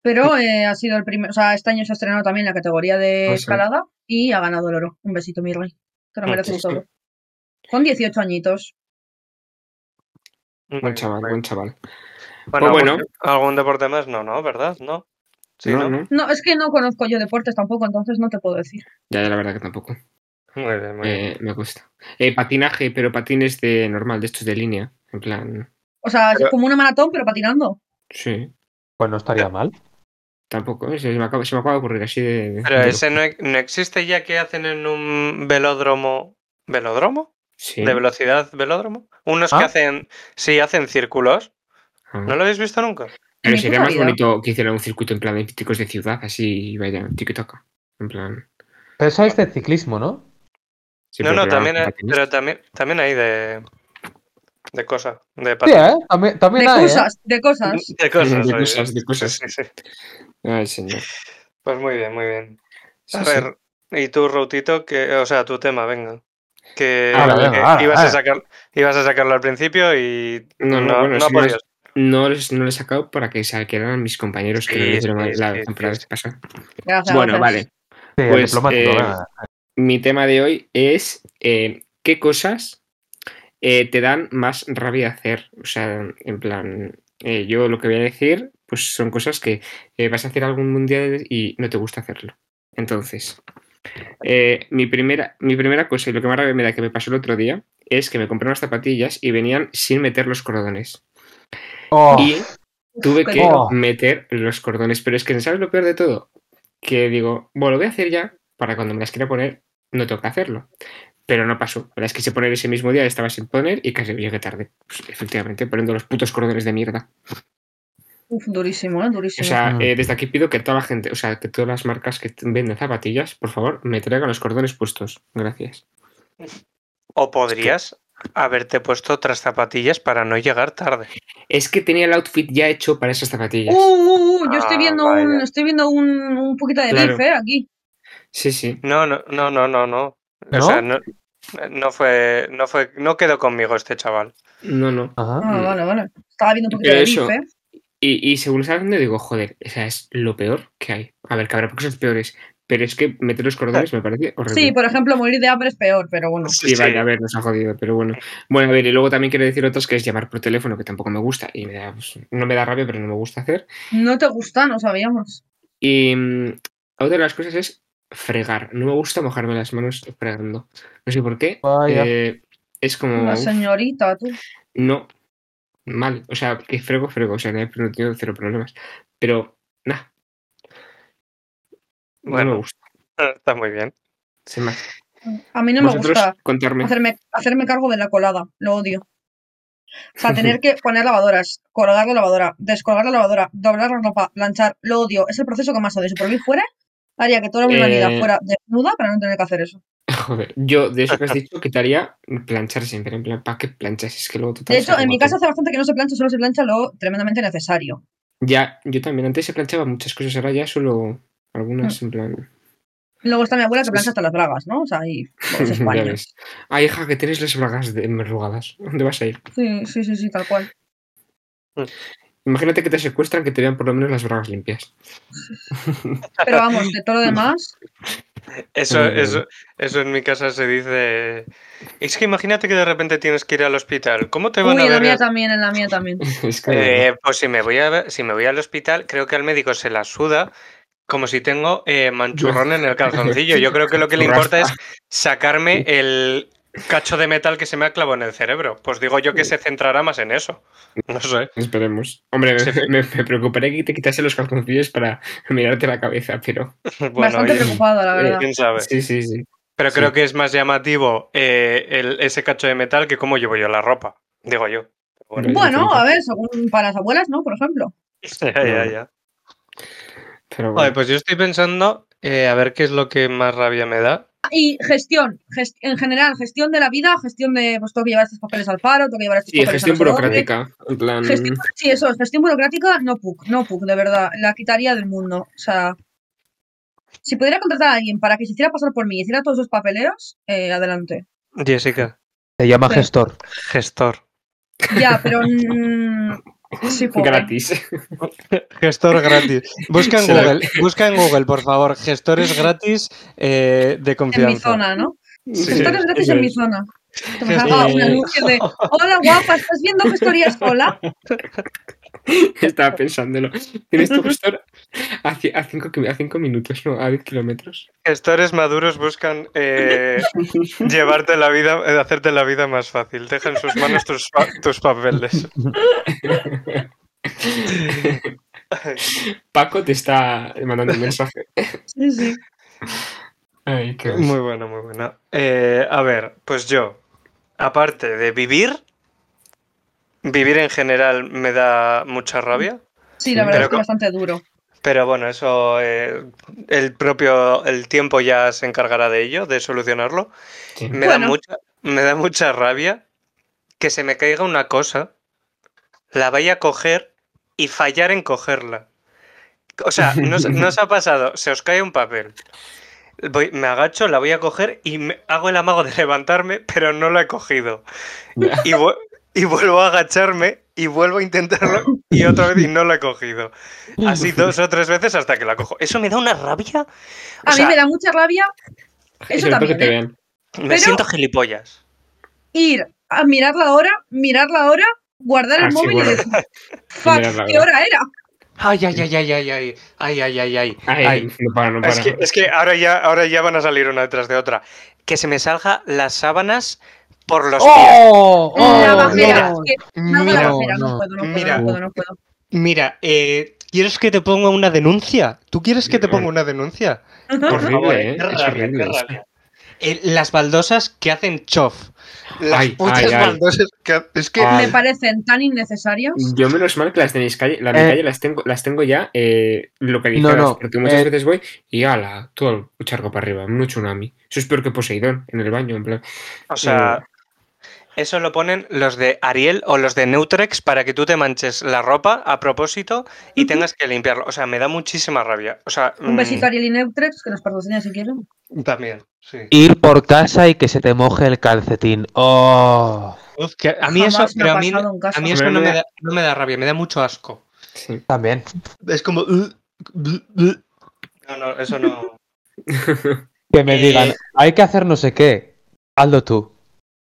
S2: Pero eh, ha sido el primer, o sea, este año se ha estrenado también la categoría de
S1: Ah, sí.
S2: escalada y ha ganado el oro. Un besito, mi rey. Te lo
S3: Ah,
S2: mereces
S1: sí, sí.
S2: todo. Con 18 añitos.
S1: Buen chaval, buen chaval.
S3: Bueno,
S1: Pues bueno.
S3: ¿algún, algún deporte más? No, no, ¿verdad? No. Sí,
S1: no,
S3: ¿no?
S1: no.
S2: No, es que no conozco yo deportes tampoco, entonces no te puedo decir.
S1: Ya, ya la verdad que tampoco.
S3: Muy bien, muy bien.
S1: Eh, me gusta. Eh, patinaje, pero patines de normal, de estos de línea. En plan,
S2: O sea, es
S3: Pero-
S2: como una maratón, pero patinando.
S1: sí,
S4: Pues no estaría mal.
S1: tampoco. eh, Se me acaba, se me acaba de ocurrir así de. de-
S3: Pero
S1: de-
S3: ese no, e- no existe ya que hacen en un velódromo. ¿Velódromo?
S1: Sí.
S3: ¿De velocidad velódromo? Unos que
S4: Ah.
S3: hacen. Sí, hacen círculos.
S1: Ah.
S3: ¿No lo habéis visto nunca?
S1: Pero
S2: Mi
S1: sería
S2: puta
S1: más
S2: vida.
S1: bonito que hicieran un circuito en plan de típicos de ciudad, así, vaya, tiki-toca. En plan.
S4: Pero eso es de ciclismo, ¿no?
S1: sí,
S3: no,
S1: pero
S3: no,
S1: con
S3: también, eh, hay-
S1: patines.
S3: pero también, también hay de. De cosas. De
S4: Sí,
S3: patines.
S4: ¿eh? También, también
S2: De
S4: hay, ¿eh?
S2: cosas, de cosas.
S1: Mm,
S3: De cosas.
S1: De
S3: oye.
S1: cosas, de cosas.
S3: eh, Sí, sí, sí.
S1: Ay, señor.
S3: Pues muy bien, muy bien.
S1: Sí,
S3: A
S1: sí.
S3: ver, y tú, Routito, que, o sea, tu tema, venga. Que,
S1: Ah,
S4: Ahora,
S3: que
S4: venga, ahora,
S3: ibas,
S4: ahora.
S3: A sacar, ibas a sacarlo al principio y
S1: No, no,
S3: no, no,
S1: bueno,
S3: ha
S1: si no
S3: podido.
S1: No les, no les he sacado para que saquearan mis compañeros que
S3: Sí,
S1: lo hicieron
S3: sí,
S1: la
S3: sí,
S1: temporada
S3: sí.
S1: pasada.
S2: Gracias,
S1: mm. Bueno,
S2: gracias.
S1: vale.
S4: Sí, el
S1: Pues,
S4: diplomático,
S1: eh,
S4: venga.
S1: Mi tema de hoy es eh, qué cosas eh, te dan más rabia hacer. O sea, en plan, eh, yo lo que voy a decir, pues son cosas que eh, vas a hacer algún mundial y no te gusta hacerlo. Entonces, eh, mi, primera, mi primera cosa y lo que más rabia me da que me pasó el otro día es que me compré unas zapatillas y venían sin meter los cordones.
S4: Oh,
S1: Y tuve que
S4: Oh.
S1: meter los cordones. Pero es que, ¿sabes lo peor de todo? Que digo, bueno, lo voy a hacer ya para cuando me las quiera poner, no tengo que hacerlo. Pero no pasó. La las quise poner ese mismo día, estaba sin poner y casi llegué tarde. Pues, efectivamente, poniendo los putos cordones de mierda.
S2: Uf, durísimo, ¿eh?
S1: O
S2: Durísimo.
S1: sea,
S4: Mm.
S1: eh, desde aquí pido que toda la gente, o sea, que todas las marcas que t- venden zapatillas, por favor, me traigan los cordones puestos. Gracias.
S3: O podrías haberte puesto otras zapatillas para no llegar tarde.
S1: Es que tenía el outfit ya hecho para esas
S2: Uh,
S1: zapatillas.
S2: uh, uh, yo estoy
S3: Ah,
S2: viendo
S3: vaya.
S2: un, estoy viendo un, un poquito de
S1: Claro.
S2: beef, ¿eh? Aquí.
S1: Sí, sí.
S3: No, no, no, no, no, no. O
S4: ¿No?
S3: sea, no, no fue, no fue, no quedó conmigo este chaval.
S1: No, no.
S4: Ajá.
S2: Ah,
S1: Mm.
S2: vale, vale. Estaba viendo un poquito
S1: Pero
S2: de
S1: eso-
S2: beef, ¿eh?
S1: Y, y según estaba haciendo, digo, joder, o sea, es lo peor que hay. A ver, que habrá cosas peores, pero es que meter los cordones me parece horrible.
S2: Sí, pues, por ejemplo, morir de hambre es peor, pero bueno.
S1: Sí, vale, a ver, nos ha jodido, pero bueno. Bueno, a ver, y luego también quiero decir otras que es llamar por teléfono, que tampoco me gusta, y me da, pues, no me da rabia, pero no me gusta hacer.
S2: No te gusta, no sabíamos.
S1: Y mm, otra de las cosas es fregar. No me gusta mojarme las manos fregando. No sé por qué.
S4: Vaya.
S1: eh, es como.
S2: Una
S1: uf,
S2: señorita, tú.
S1: no. Mal. O sea, que frego, frego. O sea, no he no he tenido cero problemas. Pero, nada.
S3: Bueno.
S1: No me gusta.
S3: Está muy bien.
S1: Sin más.
S2: A mí no me
S1: Vosotros,
S2: gusta
S1: contarme.
S2: hacerme, hacerme cargo de la colada, lo odio. O sea, tener que poner lavadoras, colgar la lavadora, descolgar la lavadora, doblar la ropa, planchar, lo odio. Es el proceso que más odio. Si por mí fuera, haría que toda la humanidad
S1: Eh.
S2: fuera desnuda para no tener que hacer eso.
S1: Joder, yo de eso que has dicho quitaría planchar siempre. En plan, ¿para qué planchas? Es que luego total
S2: De hecho,
S1: saco
S2: en mi
S1: guapo.
S2: casa hace bastante que no se plancha, solo se plancha lo tremendamente necesario.
S1: Ya, yo también. Antes se planchaba muchas cosas, ahora ya solo algunas
S2: Mm.
S1: en plan.
S2: Luego está mi abuela
S1: Sí,
S2: que plancha
S1: sí.
S2: hasta las bragas, ¿no? O sea, ahí bueno, se
S1: Ya
S2: España.
S1: ves. Ah, hija, que tienes las bragas de merrugadas. ¿Dónde vas a ir?
S2: Sí, sí, sí, sí, tal cual.
S1: Imagínate que te secuestran, que te vean por lo menos las bragas limpias.
S2: Pero vamos, de todo lo demás,
S3: Eso,
S1: Muy
S3: eso, eso en mi casa se dice. Es que imagínate que de repente tienes que ir al hospital. ¿Cómo te van
S2: uy,
S3: a
S2: en la
S3: ver?
S2: mía
S3: el-
S2: también, en la mía también.
S1: es que.
S3: Eh, pues si me voy a ver- si me voy al hospital, creo que al médico se la suda como si tengo eh, manchurrón en el calzoncillo. Yo creo que lo que le importa es sacarme el cacho de metal que se me ha clavado en el cerebro. Pues digo yo que se centrará más en eso. No sé.
S1: Esperemos. Hombre,
S3: Sí.
S1: me, me- me preocuparía que te quitase los calzoncillos para mirarte la cabeza, pero.
S3: Bueno,
S2: Bastante
S1: oye,
S2: preocupada, la
S1: eh,
S2: verdad.
S3: quién sabe.
S1: Sí, sí, sí.
S3: Pero creo
S1: sí.
S3: que es más llamativo eh, el- ese cacho de metal que cómo llevo yo la ropa. Digo yo. Bueno,
S2: Bueno, a ver, según para las abuelas, ¿no? Por ejemplo.
S3: ya, ya, ya.
S1: Pero
S3: Joder,
S1: bueno.
S3: pues yo estoy pensando eh, a ver qué es lo que más rabia me da.
S2: Y gestión, gest- en general, gestión de la vida, gestión de, pues tengo que llevar estos papeles al paro, tengo que llevar estos
S3: pues,
S1: Sí,
S2: papeles a
S1: gestión
S2: no sé dónde.
S1: burocrática. En plan.
S2: Gestión- Sí, eso, es, gestión burocrática, no PUC, no PUC, de verdad, la quitaría del mundo. O sea, si pudiera contratar a alguien para que se hiciera pasar por mí y hiciera todos esos papeleos, eh, adelante.
S3: Jessica,
S4: Se llama
S2: Sí.
S4: gestor.
S3: gestor.
S2: Ya, pero... mm, sí, pobre.
S1: Gratis.
S3: Gestor gratis. Busca en
S1: Se la-
S3: Google, busca en Google, por favor, gestores gratis eh, de
S2: En
S3: confianza.
S2: mi zona, ¿no?
S1: Sí,
S2: Gestores gratis
S1: eso
S2: en mi
S1: es.
S2: zona. Que me salga
S1: Eh.
S2: un anuncio de Hola guapa, ¿estás viendo gestorías sola?
S1: Estaba pensándolo. ¿Tienes tu gestor a, ci- a cinco, ki- a cinco minutos, no? A 10 kilómetros.
S3: Gestores maduros buscan eh, llevarte la vida, eh, hacerte la vida más fácil. Deja en sus manos tus, pa- tus papeles.
S1: Paco te está mandando un mensaje.
S2: Sí, sí.
S1: Ay, qué
S3: Muy bueno, muy bueno. Eh, a ver, pues yo, aparte de vivir, vivir en general me da mucha rabia.
S2: Sí, la verdad
S3: Pero
S2: es que
S3: co-
S2: bastante duro.
S3: Pero bueno, eso eh, el propio el tiempo ya se encargará de ello, de solucionarlo.
S1: Sí.
S3: Me da
S2: Bueno.
S3: mucha me da mucha rabia que se me caiga una cosa, la vaya a coger y fallar en cogerla. O sea, no, os- no os ha pasado, se os cae un papel. Voy- me agacho, la voy a coger y me- hago el amago de levantarme, pero no la he cogido.
S1: Ya.
S3: Y, vu- y vuelvo a agacharme y vuelvo a intentarlo y otra vez y no la he cogido. Así dos o tres veces hasta que la cojo. Eso me da una rabia. O
S2: A mí
S3: sea,
S2: me da mucha rabia
S1: Y sobre
S2: Eso
S1: todo
S2: también,
S1: que te
S2: ¿eh?
S1: vean.
S3: me
S2: pero-
S3: siento gilipollas.
S2: ir a mirar la hora, mirar la hora, guardar el
S1: Ah, sí,
S2: móvil y
S1: bueno.
S2: decir, fuck,
S1: Mirar la
S2: ¿qué
S1: hora.
S2: hora era?
S3: Ay, ay, ay, ay, ay, ay, ay, ay, ay, ay.
S1: Ay,
S3: ay.
S1: no para, no para.
S3: Es que, es que ahora, ya, ahora ya van a salir una detrás de otra. Que se me salga las sábanas por los pies.
S4: ¡Oh!
S2: la
S4: ¡Oh,
S2: bajera.
S4: no!
S2: es que salgo de la
S3: Mira,
S2: bajera, no,
S4: no.
S2: puedo, no puedo,
S3: Mira.
S2: no puedo, no puedo.
S3: Mira, eh, ¿quieres que te ponga una denuncia? ¿Tú quieres que te ponga una denuncia? Por
S1: Horrible,
S3: favor,
S1: ¿eh?
S3: qué
S1: Es
S3: rabia,
S1: horrible
S3: qué
S1: eso.
S3: rabia. Eh, las baldosas que hacen chof. Las
S1: Ay,
S3: putas
S1: ay, ay.
S3: baldosas que... Es que...
S1: Ay.
S2: Me parecen tan innecesarias.
S1: Yo menos mal que las de mis calle, las de
S4: Eh.
S1: calle las tengo, las tengo ya eh, localizadas,
S4: No, no,
S1: porque muchas
S4: eh.
S1: veces voy y ala, todo el charco para arriba, un tsunami. Eso es peor que Poseidón en el baño, en plan.
S3: O sea, eso lo ponen los de Ariel o los de Neutrex para que tú te manches la ropa a propósito y tengas que limpiarlo. O sea, me da muchísima rabia. O sea,
S2: Un
S3: mm,
S2: besito a Ariel y Neutrex, que nos patrocina si quieren.
S3: También, sí.
S4: Ir por casa y que se te moje el calcetín. ¡Oh!
S3: Uf, que a mí eso,
S2: Jamás me
S3: pero
S2: ha
S3: a mí,
S2: pasado en casa.
S3: a mí
S1: caso.
S3: eso
S1: Pero
S3: no
S1: me
S3: me,
S1: da-
S3: da, no me da rabia, me da mucho asco.
S1: sí.
S4: También.
S3: Es como... uh, "Ugh, ugh, ugh". No, no, eso no.
S4: Que me
S3: Eh.
S4: digan, hay que hacer no sé qué. Hazlo tú.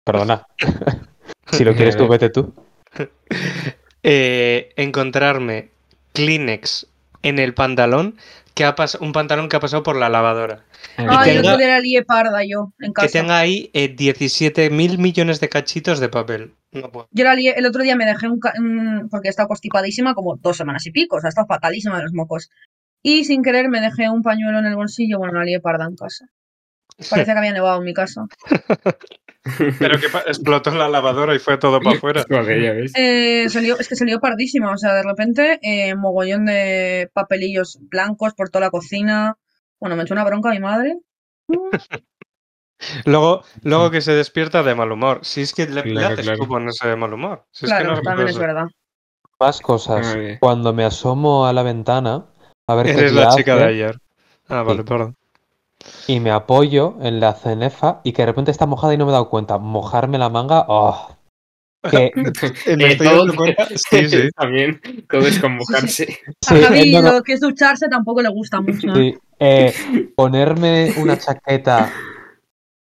S4: Perdona. si lo quieres tú, vete tú.
S3: Eh, encontrarme Kleenex en el pantalón, que ha pas- un pantalón que ha pasado por la lavadora.
S2: Ay,
S3: tenga-
S2: yo tuviera la lié parda yo, en casa.
S3: Que tenga ahí 17 mil millones de cachitos de papel. No puedo.
S2: Yo la lié, el otro día me dejé un, ca- un- porque he estado constipadísima como dos semanas y pico, o sea, he estado fatalísima de los mocos. Y sin querer me dejé un pañuelo en el bolsillo, bueno, la lié parda en casa. Parecía que había nevado en mi casa.
S3: Pero que pa- explotó la lavadora y fue todo para afuera.
S1: Joder, ya ves.
S2: Eh, se lió- es que se lió pardísima, o sea, de repente, eh, mogollón de papelillos blancos por toda la cocina. Bueno, me echó una bronca mi madre.
S3: Luego, luego que se despierta de mal humor. Si es que le, le
S1: Claro,
S3: haces
S1: claro.
S3: tú ponerse de mal humor. Si es que
S2: claro,
S3: no
S2: también es
S3: cosa.
S2: verdad.
S4: Más cosas.
S1: Vale.
S4: Cuando me asomo a la ventana, a ver qué
S3: Eres
S4: día
S3: la chica
S4: hace,
S3: de ayer. Ah, vale,
S4: Sí.
S3: perdón.
S4: y me apoyo en la cenefa y que de repente está mojada y no me he dado cuenta. Mojarme la manga, oh. Que-
S1: Eh,
S3: Me estoy
S1: todo-
S3: dando cuenta. Sí, sí.
S1: También, todo es convocarse.
S4: sí,
S2: a
S4: eh,
S2: Javi
S4: no, no,
S2: lo que es ducharse tampoco le gusta mucho. ¿eh?
S4: sí, eh, ponerme una chaqueta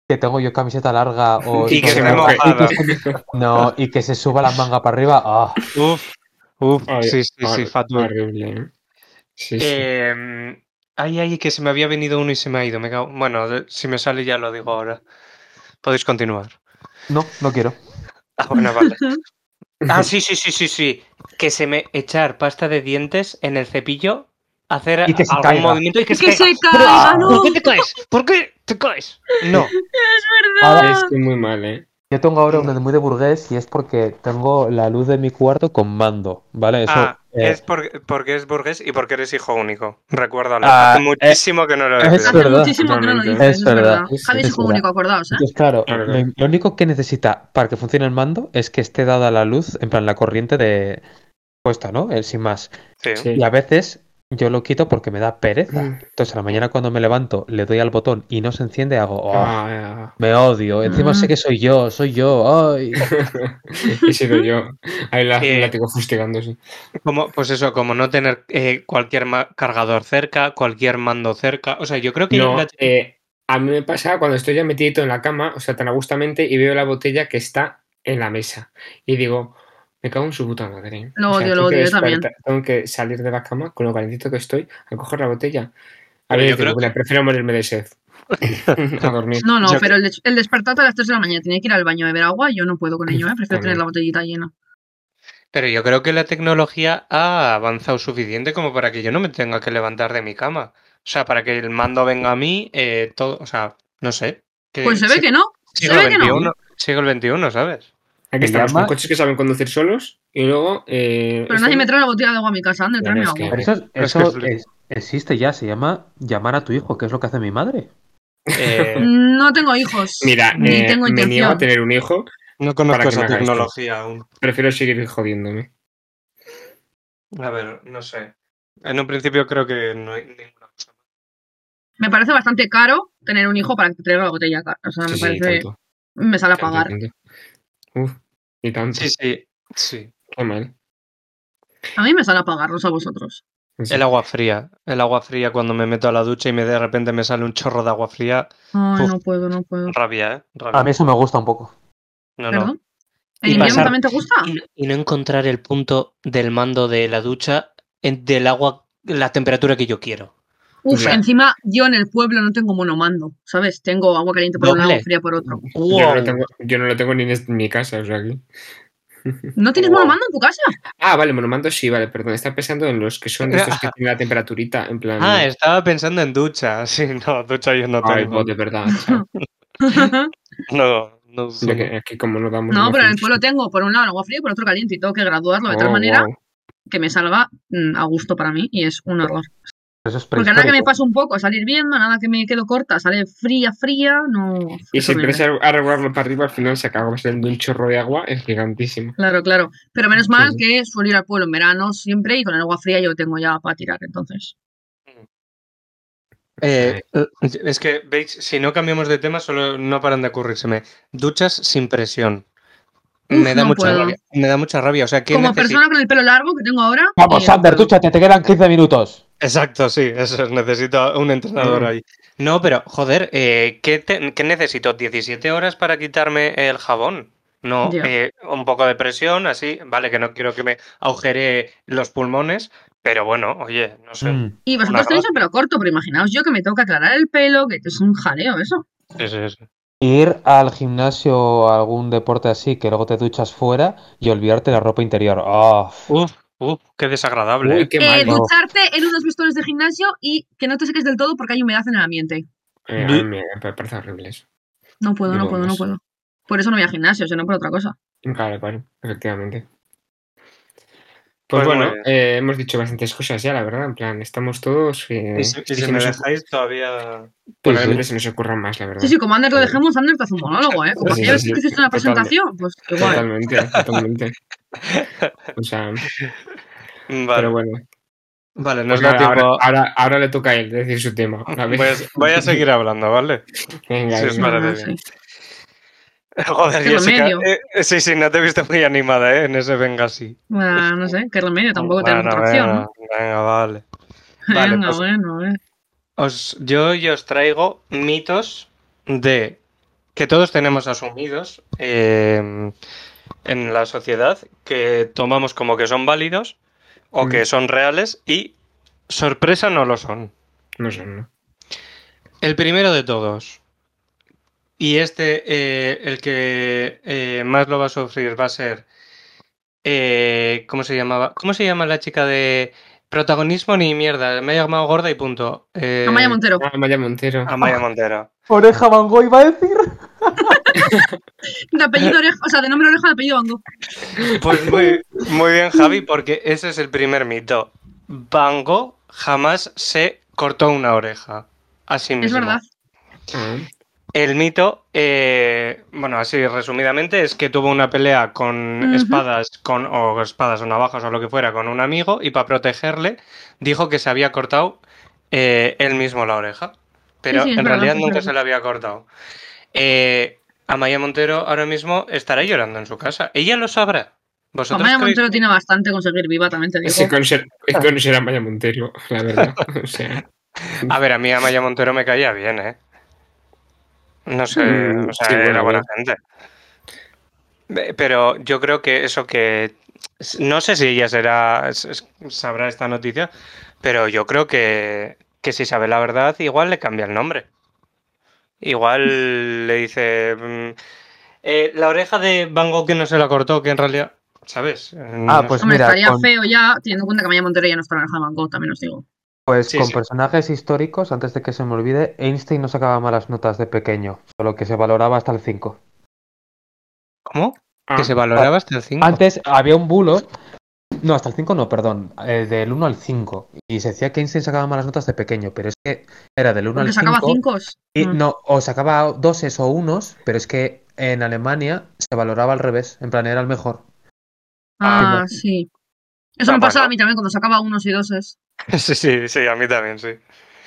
S4: que tengo yo camiseta larga o
S3: Y que se
S1: Todo
S3: me
S1: moja.
S3: mojada.
S4: no y que se suba la manga para arriba, oh.
S3: Uf, uf.
S1: Ay,
S3: Sí, sí, sí,
S1: hor-
S3: Fatboy.
S1: horrible. ¿eh? Sí, sí.
S3: Eh, ay, ay, que se me había venido uno y se me ha ido. Me cago- Bueno, de- si me sale ya lo digo ahora. Podéis continuar.
S4: no, no quiero.
S3: Ah, bueno, vale. Ah, sí, sí, sí, sí, sí. Que se me echar pasta de dientes en el cepillo, hacer
S4: Y que se
S3: algún
S4: caiga.
S3: movimiento y que se
S2: Que
S3: caiga.
S2: se caiga, no,
S3: ¿Por qué te caes? ¿Por qué te caes? No.
S2: es
S4: Ahora
S2: verdad.
S1: Es que muy mal, ¿eh?
S4: Yo tengo ahora una de muy de burgués y es porque tengo la luz de mi cuarto con mando, ¿vale? Eso,
S3: Ah,
S4: eh,
S3: es por- porque es burgués y porque eres hijo único. Recuérdalo.
S4: Ah,
S3: Hace muchísimo que no lo
S4: es-
S3: decías.
S2: Hace
S4: verdad,
S2: muchísimo que no lo
S1: totalmente.
S2: dices,
S4: Es
S2: es verdad.
S4: verdad, es-
S2: Javi es
S4: es
S2: hijo
S4: verdad.
S2: único, acordaos, ¿eh?
S4: Entonces, claro,
S1: Claro,
S4: lo,
S1: claro.
S4: lo único que necesita para que funcione el mando es que esté dada la luz, en plan la corriente de puesta, ¿no? El sin más.
S3: Sí.
S1: Sí. Mm.
S4: Y a veces yo lo quito porque me da pereza. Entonces, a la mañana cuando me levanto, le doy al botón y no se enciende, hago, "Oh,
S1: Ah,
S4: me odio. Encima sé que soy yo, soy yo. Ay.
S1: he sido yo. Ahí la,
S3: Eh,
S1: la tengo fustigándose.
S3: Como, pues eso, como no tener eh, cualquier ma- cargador cerca, cualquier mando cerca. O sea, yo creo que
S1: No,
S3: la-
S1: eh, a mí me pasa cuando estoy ya metidito en la cama, o sea, tan a gustamente, y veo la botella que está en la mesa. Y digo, me cago en su puta madre.
S2: Lo
S1: O sea,
S2: odio, lo
S1: tengo que
S2: odio, yo también.
S1: despertar- Tengo que salir de la cama con lo calentito que estoy a coger la botella. A
S3: Pero
S1: ver,
S3: yo creo
S1: prefiero morirme de sed. a dormir.
S2: No, no,
S3: Yo-
S2: pero el, des- el despertarte a las 3 de la mañana, tiene que ir al baño a beber agua, yo no puedo con ello, ¿eh? prefiero tener la botellita llena.
S3: pero yo creo que la tecnología ha avanzado suficiente como para que yo no me tenga que levantar de mi cama. O sea, para que el mando venga a mí, eh, todo, o sea, no sé. Que
S2: Pues se ve
S3: sig-
S2: que no, se
S3: siglo
S2: ve que no.
S3: XXI, siglo XXI, ¿sabes?
S1: Aquí estamos
S4: llama-
S1: con coches que saben conducir solos y luego. eh,
S2: Pero nadie
S1: esto-
S2: me trae la botella de agua a mi casa, anda,
S1: Ya,
S2: tráeme
S1: no, es
S2: agua.
S1: que-
S4: Pero eso,
S3: Es
S4: eso
S3: que es flipa.
S4: es- existe ya, se llama llamar a tu hijo, que es lo que hace mi madre.
S3: Eh,
S2: No tengo hijos.
S1: Mira,
S2: ni
S1: eh,
S2: tengo
S1: me niego a
S2: intención.
S1: tener un hijo,
S3: no
S1: Para
S3: conozco
S1: que me
S3: esa
S1: haga esto.
S3: tecnología aún.
S1: prefiero seguir jodiéndome.
S3: A ver, no sé. En un principio creo que no hay ninguna cosa.
S2: Me parece bastante caro tener un hijo para que te traiga la botella. cara. O sea, me
S1: Sí, sí,
S2: parece.
S1: tanto,
S2: me sale a
S1: tanto,
S2: pagar.
S1: tanto. Uf, y tanto,
S3: Sí, sí, sí.
S1: qué mal.
S2: A mí me sale a pagarlos a vosotros.
S1: En serio.
S3: El agua fría. El agua fría cuando me meto a la ducha y me de repente me sale un chorro de agua fría.
S2: Ay,
S3: Puf.
S2: no puedo, no puedo.
S3: Rabia, ¿eh? Rabia.
S4: A mí eso me gusta un poco.
S3: No, no.
S2: ¿Perdón?
S3: Y
S2: ¿El invierno
S3: pasar-
S2: también te gusta?
S3: Y, y no encontrar el punto del mando de la ducha
S5: en- del agua la temperatura que yo quiero.
S2: Uf,
S1: Ya.
S2: encima yo en el pueblo no tengo monomando, ¿sabes? Tengo agua caliente por un lado,
S5: Doble.
S2: fría por otro.
S1: Yo, no
S5: ¡Wow!
S1: lo tengo, yo no lo tengo ni en es- mi casa, o sea, aquí.
S2: ¿No tienes
S3: Wow.
S2: monomando en tu casa?
S1: Ah, vale, monomando sí, vale, perdón. Está pensando en los que son de estos que
S5: Ah.
S1: tienen la temperaturita, en plan.
S3: Ah, estaba pensando en ducha. Sí, no, ducha yo no
S2: Ah,
S1: Ay,
S3: tengo.
S1: vos, de verdad. chaval.
S3: No, no uso.
S1: Ya que- aquí como no damos.
S2: No,
S1: una
S2: pero en el
S1: función.
S2: pueblo tengo por un lado el agua fría y por otro caliente y tengo que graduarlo de tal
S1: Oh,
S2: manera
S1: guau.
S2: que me salga mm, a gusto para mí y es un horror.
S4: Eso es
S2: Porque nada Pues que me
S4: prehistórico.
S2: pasa un poco a salir bien, nada que me quedo corta, sale fría, fría, no...
S1: Y
S2: es
S1: si
S2: horrible.
S1: empiezas a regularlo para arriba, al final se acaba saliendo un chorro de agua, es gigantísimo.
S2: Claro, claro. Pero menos
S1: Sí,
S2: mal
S1: sí.
S2: que suelo ir al pueblo en verano siempre y con el agua fría yo tengo ya para tirar, entonces.
S3: Eh, es que, veis, si no cambiamos de tema, solo no paran de ocurrírseme. Duchas sin presión.
S2: Uf,
S3: me da
S2: no
S3: mucha
S2: puedo.
S3: rabia. Me da mucha rabia. O sea, ¿quién
S2: Como
S3: necesita-
S2: persona con el pelo largo que tengo ahora...
S4: Vamos,
S2: eh,
S4: Sander, dúchate, te quedan 15 minutos.
S3: Exacto, sí, eso es, necesito a un entrenador
S1: Mm.
S3: ahí. No, pero, joder, eh, ¿qué, te- qué necesito? ¿17 horas para quitarme el jabón? No,
S2: Ya.
S3: eh, un poco de presión, así, vale, que no quiero que me agujere los pulmones, pero bueno, oye, no sé.
S4: Mm.
S2: Y vosotros
S3: Una
S2: tenéis el pelo corto, pero imaginaos yo que me tengo que aclarar el pelo, que es un jaleo eso.
S3: Sí, sí, sí.
S4: Ir al gimnasio o a algún deporte así, que luego te duchas fuera y olvidarte la ropa interior. Ah,
S3: Uf, uf, qué desagradable.
S1: Uy,
S3: ¿eh?
S1: qué
S2: Eh,
S1: mal.
S4: du-
S2: ducharte en unos vestuarios de gimnasio y que no te seques del todo porque hay humedad en el ambiente.
S1: Eh, a mí me me parece horrible eso.
S2: No puedo, no
S1: Digo,
S2: puedo, no
S1: más.
S2: puedo. Por eso no voy a gimnasio, sino por otra cosa.
S1: Claro, claro, efectivamente. Pues,
S3: Pues muy
S1: bueno,
S3: bien.
S1: eh, hemos dicho bastantes cosas ya, la verdad. En plan, estamos todos. eh,
S3: Y si, y
S1: sí
S3: si
S1: que nos-
S3: me dejáis todavía...
S1: probablemente
S4: sí.
S1: se nos ocurran más, la verdad.
S2: Sí, sí, como Ander lo dejemos, Ander te hace un monólogo, ¿eh? Como
S1: Sí,
S2: aquella vez
S1: sí,
S2: que hiciste una
S1: totalmente.
S2: presentación, pues igual.
S1: Totalmente, totalmente. O sea,
S3: mm, Vale,
S1: pero bueno.
S3: vale,
S1: Pues
S3: nos da
S1: nada, ahora,
S3: tiempo...
S1: ahora, ahora le toca a él decir su tema. A ver.
S3: Voy a, pues voy a seguir hablando, ¿vale?
S1: Venga,
S3: sí, os
S1: venga.
S3: parece
S2: Ah,
S3: bien.
S2: sí.
S3: Joder,
S2: Qué
S3: Jessica,
S2: remedio.
S3: eh, eh, sí, sí, no te he visto muy animada, ¿eh? En ese venga así.
S2: Bueno, no sé, qué remedio, tampoco
S3: Bueno,
S2: tenemos otra opción,
S3: venga,
S2: ¿no?
S3: venga, vale. vale,
S2: Venga,
S3: pues-
S2: bueno, eh.
S3: Os- yo, hoy os traigo mitos de que todos tenemos asumidos eh, en la sociedad, que tomamos como que son válidos o
S1: Mm.
S3: que son reales y sorpresa no lo son.
S1: No son, ¿no?
S3: El primero de todos. Y este, eh, el que eh, más lo va a sufrir, va a ser. eh, ¿Cómo se llamaba? ¿Cómo se llama la chica de protagonismo ni mierda? Me ha llamado gorda y punto. Eh,
S2: Amaya Montero.
S1: Ah, Maya Montero.
S3: Amaya Montero.
S4: Oreja Van Gogh iba a decir.
S2: De apellido oreja, o sea, de nombre oreja, de apellido Bango.
S3: Pues muy, muy bien, Javi, porque ese es el primer mito. Van Gogh jamás se cortó una oreja. Así mismo.
S2: Es verdad.
S1: Ah,
S3: El mito, eh, bueno, así resumidamente, es que tuvo una pelea con
S2: Ujú.
S3: espadas, con, o espadas o navajas o lo que fuera, con un amigo y para protegerle dijo que se había cortado eh, él mismo la oreja. Pero
S2: Sí, sí, es
S3: en
S2: verdad,
S3: realidad
S2: es
S3: nunca
S2: verdad.
S3: se la había cortado. Eh, Amaya Montero ahora mismo estará llorando en su casa. Ella lo sabrá. ¿Vosotros
S2: Amaya
S3: creéis-
S2: Montero tiene bastante conseguir viva, también te digo.
S1: Es que conocer, es conocer a Maya Montero, la verdad. O sea,
S3: A ver, a mí Amaya Montero me caía bien, ¿eh? No sé,
S1: Mm,
S3: o sea,
S1: sí, bueno,
S3: era
S1: a
S3: buena
S1: ver.
S3: gente. Ve- Pero yo creo que eso que... No sé si ella será, s- s- sabrá esta noticia, pero yo creo que, que si sabe la verdad, igual le cambia el nombre. Igual le dice... mm, eh, la oreja de Van Gogh que no se la cortó, que en realidad... ¿Sabes?
S4: Ah,
S3: No
S4: pues
S2: Hombre,
S4: mira,
S2: estaría
S4: con-
S2: feo ya, teniendo en cuenta que Maya Montero ya no está en el Jamango, también os digo.
S4: Pues
S3: Sí,
S4: con
S3: sí.
S4: personajes históricos, antes de que se me olvide, Einstein no sacaba malas notas de pequeño, solo que se valoraba hasta el 5.
S3: ¿Cómo?
S1: ah,
S3: Que se valoraba hasta el 5.
S4: Antes había un bulo, no, hasta el 5 no, perdón, eh, del 1 al 5. Y se decía que Einstein sacaba malas notas de pequeño, pero es que era del 1
S2: Porque
S4: al
S2: sacaba
S4: 5.
S2: cinco.
S4: Y
S2: Mm.
S4: no, o sacaba doses o unos, pero es que en Alemania se valoraba al revés, en plan era el mejor.
S2: Ah,
S4: Ah,
S2: sí. Eso
S3: Ah,
S2: me pasaba
S3: bueno.
S2: a mí también cuando sacaba unos y doses.
S3: Sí, sí, sí, a mí también, sí.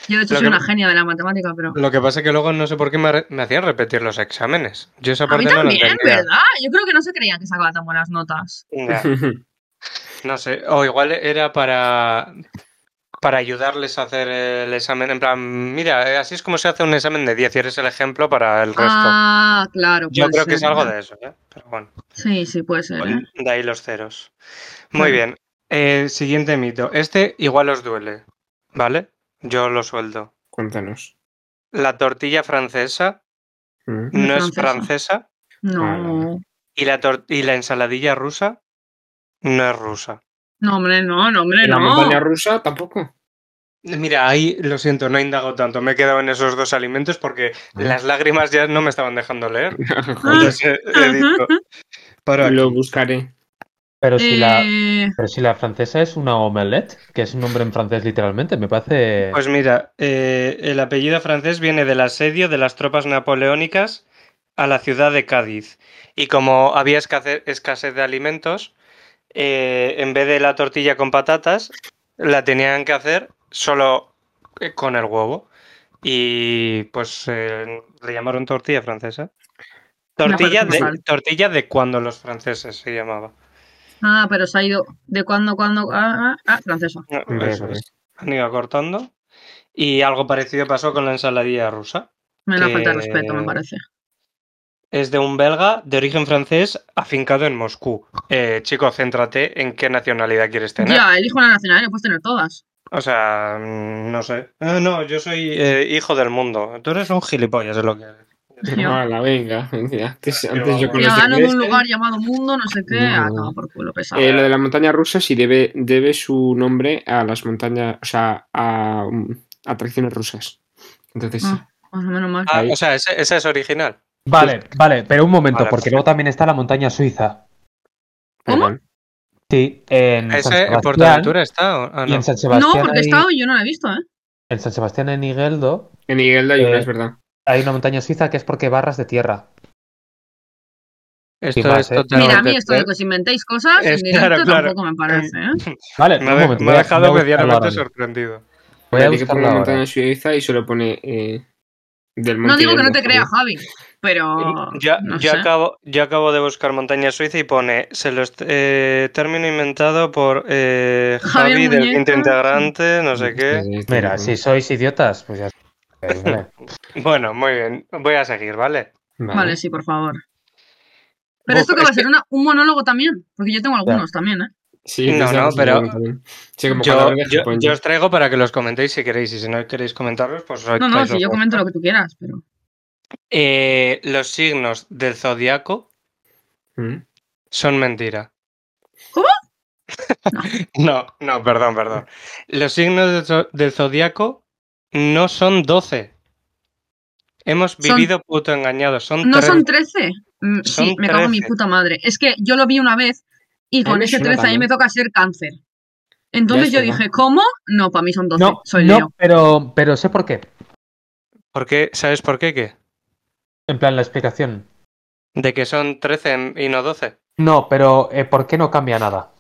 S2: Yo, de hecho,
S3: Lo
S2: soy
S3: que-
S2: una genia de la matemática, pero.
S3: Lo que pasa es que luego no sé por qué me, re- me hacían repetir los exámenes. Yo esa
S2: A mí
S3: parte no la
S2: también,
S3: entendía.
S2: ¿verdad? Yo creo que no se creían que sacaba tan buenas notas.
S3: Ya, no sé, o igual era para, para ayudarles a hacer el examen. En plan, mira, eh, así es como se hace un examen de 10 y eres el ejemplo para el resto.
S2: Ah, claro.
S3: Yo
S2: puede
S3: creo que es
S2: ser,
S3: algo
S2: ¿eh?
S3: de eso, ¿eh? Pero bueno,
S2: Sí, sí, puede ser. ¿eh?
S3: de ahí los ceros. Muy
S2: Claro.
S3: bien. Eh, siguiente mito. Este igual os duele, ¿vale? Yo lo suelto.
S1: Cuéntanos.
S3: La tortilla francesa
S1: Mm.
S3: no es
S2: Francesa.
S3: francesa
S1: Vale.
S2: No.
S3: y la, tor- y la ensaladilla rusa no es rusa.
S2: No, hombre, no, no, hombre,
S1: ¿Y la montaña
S2: no.
S1: rusa tampoco?
S3: Mira, ahí lo siento, no he indagado tanto. Me he quedado en esos dos alimentos porque las lágrimas ya no me estaban dejando leer.
S2: Ah.
S1: Joder,
S3: Entonces he dicho, paro aquí.
S1: lo buscaré.
S4: Pero si, la,
S2: Eh,
S4: pero si la francesa es una omelette, que es un nombre en francés literalmente, me parece...
S3: Pues mira, eh, el apellido francés viene del asedio de las tropas napoleónicas a la ciudad de Cádiz. Y como había escase- escasez de alimentos, eh, en vez de la tortilla con patatas, la tenían que hacer solo eh, con el huevo. Y pues eh, le llamaron tortilla francesa. Tortilla
S2: parece
S3: de,
S2: fatal.
S3: tortilla de cuando los franceses se llamaba.
S2: ah, pero se ha ido. ¿De cuándo, cuándo? Ah, ah, ah, francesa.
S3: No,
S1: Hombre,
S3: eso
S1: vale.
S3: es. Han ido cortando. Y algo parecido pasó con la ensaladilla rusa.
S2: Me da falta de
S3: Que-
S2: respeto, me parece.
S3: Es de un belga de origen francés afincado en Moscú. Eh, chico, céntrate en qué nacionalidad quieres tener.
S2: Ya, elijo la nacionalidad, puedes tener todas.
S3: O sea, mm, no sé. Ah, no, yo soy eh, hijo del mundo. Tú eres un gilipollas, es lo que eres.
S2: Yo.
S1: Mala, venga. Mira, antes,
S3: Pero
S1: antes yo
S3: vamos.
S1: con los
S2: Ciudadano de
S1: ingleses.
S2: un lugar llamado mundo, no sé qué.
S1: No.
S2: Ah, toma por culo, pesado.
S1: Eh, lo de la montaña rusa sí debe, debe su nombre a las montañas, o sea, a mm, atracciones rusas. Entonces, sí.
S2: Ah. Más o menos mal.
S3: Ah,
S1: Ahí.
S3: o sea, ese- esa es original.
S4: Vale, vale, pero un momento,
S3: pues, Vale,
S4: porque
S3: perfecto.
S4: luego también está la montaña suiza.
S2: ¿Cómo?
S1: perdón.
S4: Sí, en San
S3: ¿Ese en
S4: Sebastián,
S3: Portaventura está? o- ah,
S4: y
S3: no.
S4: en San
S2: no,
S4: Sebastián
S2: porque he
S4: hay-
S2: estado y yo no la he visto, ¿eh?
S4: en San Sebastián en Higueldo
S1: En Miguel hay
S4: Eh,
S1: una, es verdad.
S4: hay una montaña suiza que es porque hay barras de tierra.
S3: Esto
S4: Sin
S3: es
S4: más, ¿eh?
S3: totalmente-
S2: Mira, a mí esto de que os inventéis cosas
S3: Es
S2: en directo
S3: claro, claro.
S2: tampoco me parece, ¿eh?
S4: Vale,
S3: Me ha,
S4: un
S3: de-
S4: momento,
S3: me ha dejado
S4: voy a- voy a buscarlo ahora
S3: medianamente
S4: mismo.
S3: sorprendido.
S4: Voy a
S1: Tiene que poner
S4: buscarlo
S1: la
S4: ahora.
S1: montaña suiza y solo pone eh, del monte
S2: No digo que no
S1: Elba.
S2: te crea, Javi, pero.
S3: Ya-
S2: Ah, no
S3: yo,
S2: sé.
S3: acabo, yo acabo de buscar Montaña Suiza y pone se los, eh, término inventado por eh,
S2: Javier
S3: Javi del
S2: Muñeca.
S3: quinto integrante, no sé qué.
S1: Sí, sí, sí,
S4: Mira, si
S1: sí.
S4: sois idiotas, pues ya. Eh, vale.
S3: Bueno, muy bien, voy a seguir, ¿vale?
S2: Vale, sí, por favor. Pero esto que va a
S3: es que-
S2: ser una- un monólogo también, porque yo tengo algunos también, ¿eh?
S1: Sí,
S3: No,
S1: pensaba
S3: no,
S1: que sí,
S3: pero-
S1: también. Sí, como cuando
S3: Yo,
S1: hablas de
S3: yo-
S1: Japón,
S3: yo
S1: yo-
S3: os traigo para que los comentéis si queréis, y si no queréis comentarlos, pues os
S2: No, no,
S3: echáis
S2: si
S3: los
S2: yo
S3: ojos.
S2: comento lo que tú quieras, pero.
S3: Eh, Los signos del zodiaco
S1: Mm.
S3: son mentira.
S2: ¿Cómo?
S3: no, no, perdón, perdón. Los signos del, zo- del zodiaco no son 12. Hemos
S2: Son-
S3: vivido puto engañados, son
S2: No
S3: tres-
S2: son 13. Mm,
S3: Son
S2: sí, me cago en mi
S3: 13.
S2: puta madre. Es que yo lo vi una vez y
S1: A mí
S2: con
S1: me
S2: ese
S1: suena
S2: 13 a mí
S1: también.
S2: me toca ser cáncer. Entonces
S1: Ya
S2: yo
S1: es verdad.
S2: dije, ¿cómo? No, para mí son 12.
S4: No,
S2: soy
S4: no,
S2: Leo.
S4: pero, pero sé por qué.
S3: ¿Por qué? ¿Sabes por qué? ¿Qué?
S4: En plan, la explicación.
S3: De que son 13 en- y no 12.
S4: No, pero eh, ¿por qué no cambia nada?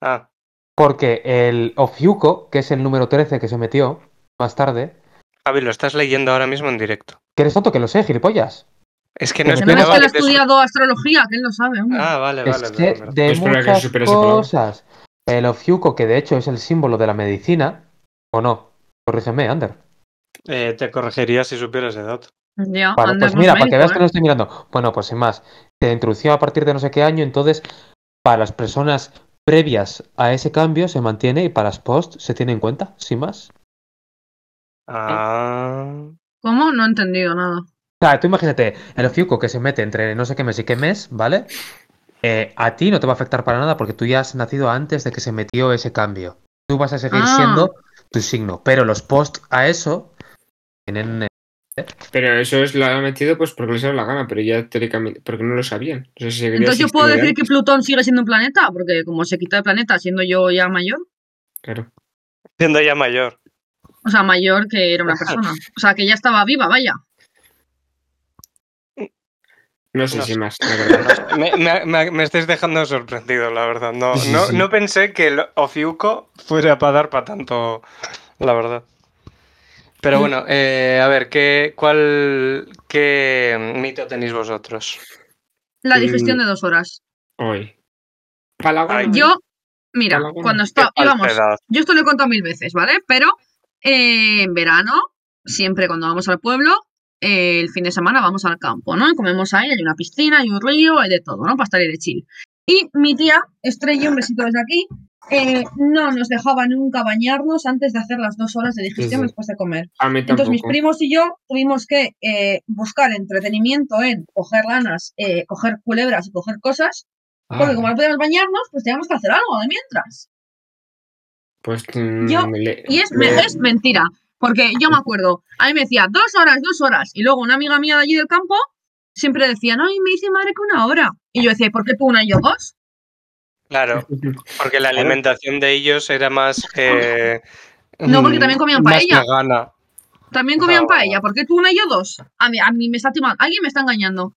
S3: Ah,
S4: Porque el Ofiuco, que es el número 13 que se metió más tarde,
S3: Javi, lo estás leyendo ahora mismo en directo.
S4: que eres tonto que lo sé, gilipollas.
S3: Es que no
S4: Pero
S2: Que no es
S3: esperaba
S2: que él ha
S3: que te-
S2: estudiado astrología, que él lo sabe, hombre.
S3: Ah, vale, vale.
S4: es
S3: perdón,
S4: que
S3: perdón.
S4: de
S1: Yo espero que
S4: muchas
S1: supere esa palabra.
S4: cosas. El Ofiuco, que de hecho es el símbolo de la medicina, ¿o no? Corrígeme, Ander.
S3: Eh, te corregiría si supieras ese dato.
S2: Ya,
S4: Vale,
S2: Ah, Ander
S4: pues
S2: no es
S4: mira, para que
S2: médico,
S4: veas que
S2: ¿eh?
S4: no estoy mirando. Bueno, pues sin más. Se introdució a partir de no sé qué año, entonces para las personas previas a ese cambio se mantiene y para las post se tiene en cuenta, sin más.
S3: Ah.
S2: ¿Cómo? No he entendido nada.
S4: O sea, tú imagínate, el ofiuco que se mete entre no sé qué mes y qué mes, ¿vale? Eh, a ti no te va a afectar para nada porque tú ya has nacido antes de que se metió ese cambio. Tú vas a seguir
S2: Ah.
S4: siendo tu signo, pero los post a eso tienen... eh,
S1: Pero eso es lo han metido pues porque les daba la gana, pero ya teóricamente, porque no lo sabían. O sea, si seguiría
S2: Entonces yo puedo
S1: existiendo
S2: decir
S1: ya,
S2: que Plutón sigue siendo un planeta, porque como se quita de planeta siendo yo ya mayor,
S1: Claro.
S3: Siendo ya mayor.
S2: o sea, mayor que era una persona. O sea, que ya estaba viva, vaya.
S1: No sé
S3: No
S1: si
S3: sé.
S1: más, la verdad.
S3: Me, me- me- me estáis dejando sorprendido, la verdad. No,
S1: Sí, sí,
S3: no,
S1: sí.
S3: no pensé que el Ofiuco fuera para dar para tanto, la verdad. Pero bueno, eh, a ver, ¿qué, cuál, ¿qué mito tenéis vosotros?
S2: La
S1: Mm.
S2: digestión de dos horas.
S1: Hoy. Palagana.
S3: Ay.
S2: Yo, mira,
S1: Palagana.
S2: cuando
S3: Qué
S2: estaba, íbamos,
S3: falsedad.
S2: yo esto lo he contado mil veces, ¿vale? Pero eh, en verano, siempre cuando vamos al pueblo, eh, el fin de semana vamos al campo, ¿no? Y comemos ahí, hay una piscina, hay un río, hay de todo, ¿no? Para estar ahí de chill. Y mi tía, Estrella, un besito desde aquí, eh, no nos dejaba nunca bañarnos antes de hacer las dos horas de digestión
S1: Sí, sí.
S2: después de comer.
S1: A mí
S2: Entonces
S1: tampoco.
S2: mis primos y yo tuvimos que eh, buscar entretenimiento en coger lanas, eh, coger culebras y coger cosas, porque
S1: Ah,
S2: como no podíamos bañarnos, pues teníamos que hacer algo de mientras.
S1: pues, mm,
S2: Yo-
S1: le-
S2: Y es,
S1: le-
S2: es mentira, porque yo me acuerdo, a mí me decía dos horas, dos horas, y luego una amiga mía de allí del campo siempre decía, no, y me dice madre que una hora. Y yo decía, ¿y por qué tú una y yo dos?
S3: Claro, porque la
S1: Claro.
S3: alimentación de ellos era más. eh,
S2: No, porque también comían
S3: más
S2: paella.
S3: vegana.
S2: También comían
S3: No.
S2: paella, ¿por qué tú una y yo dos? A mí, a mí me está timando, alguien me está engañando.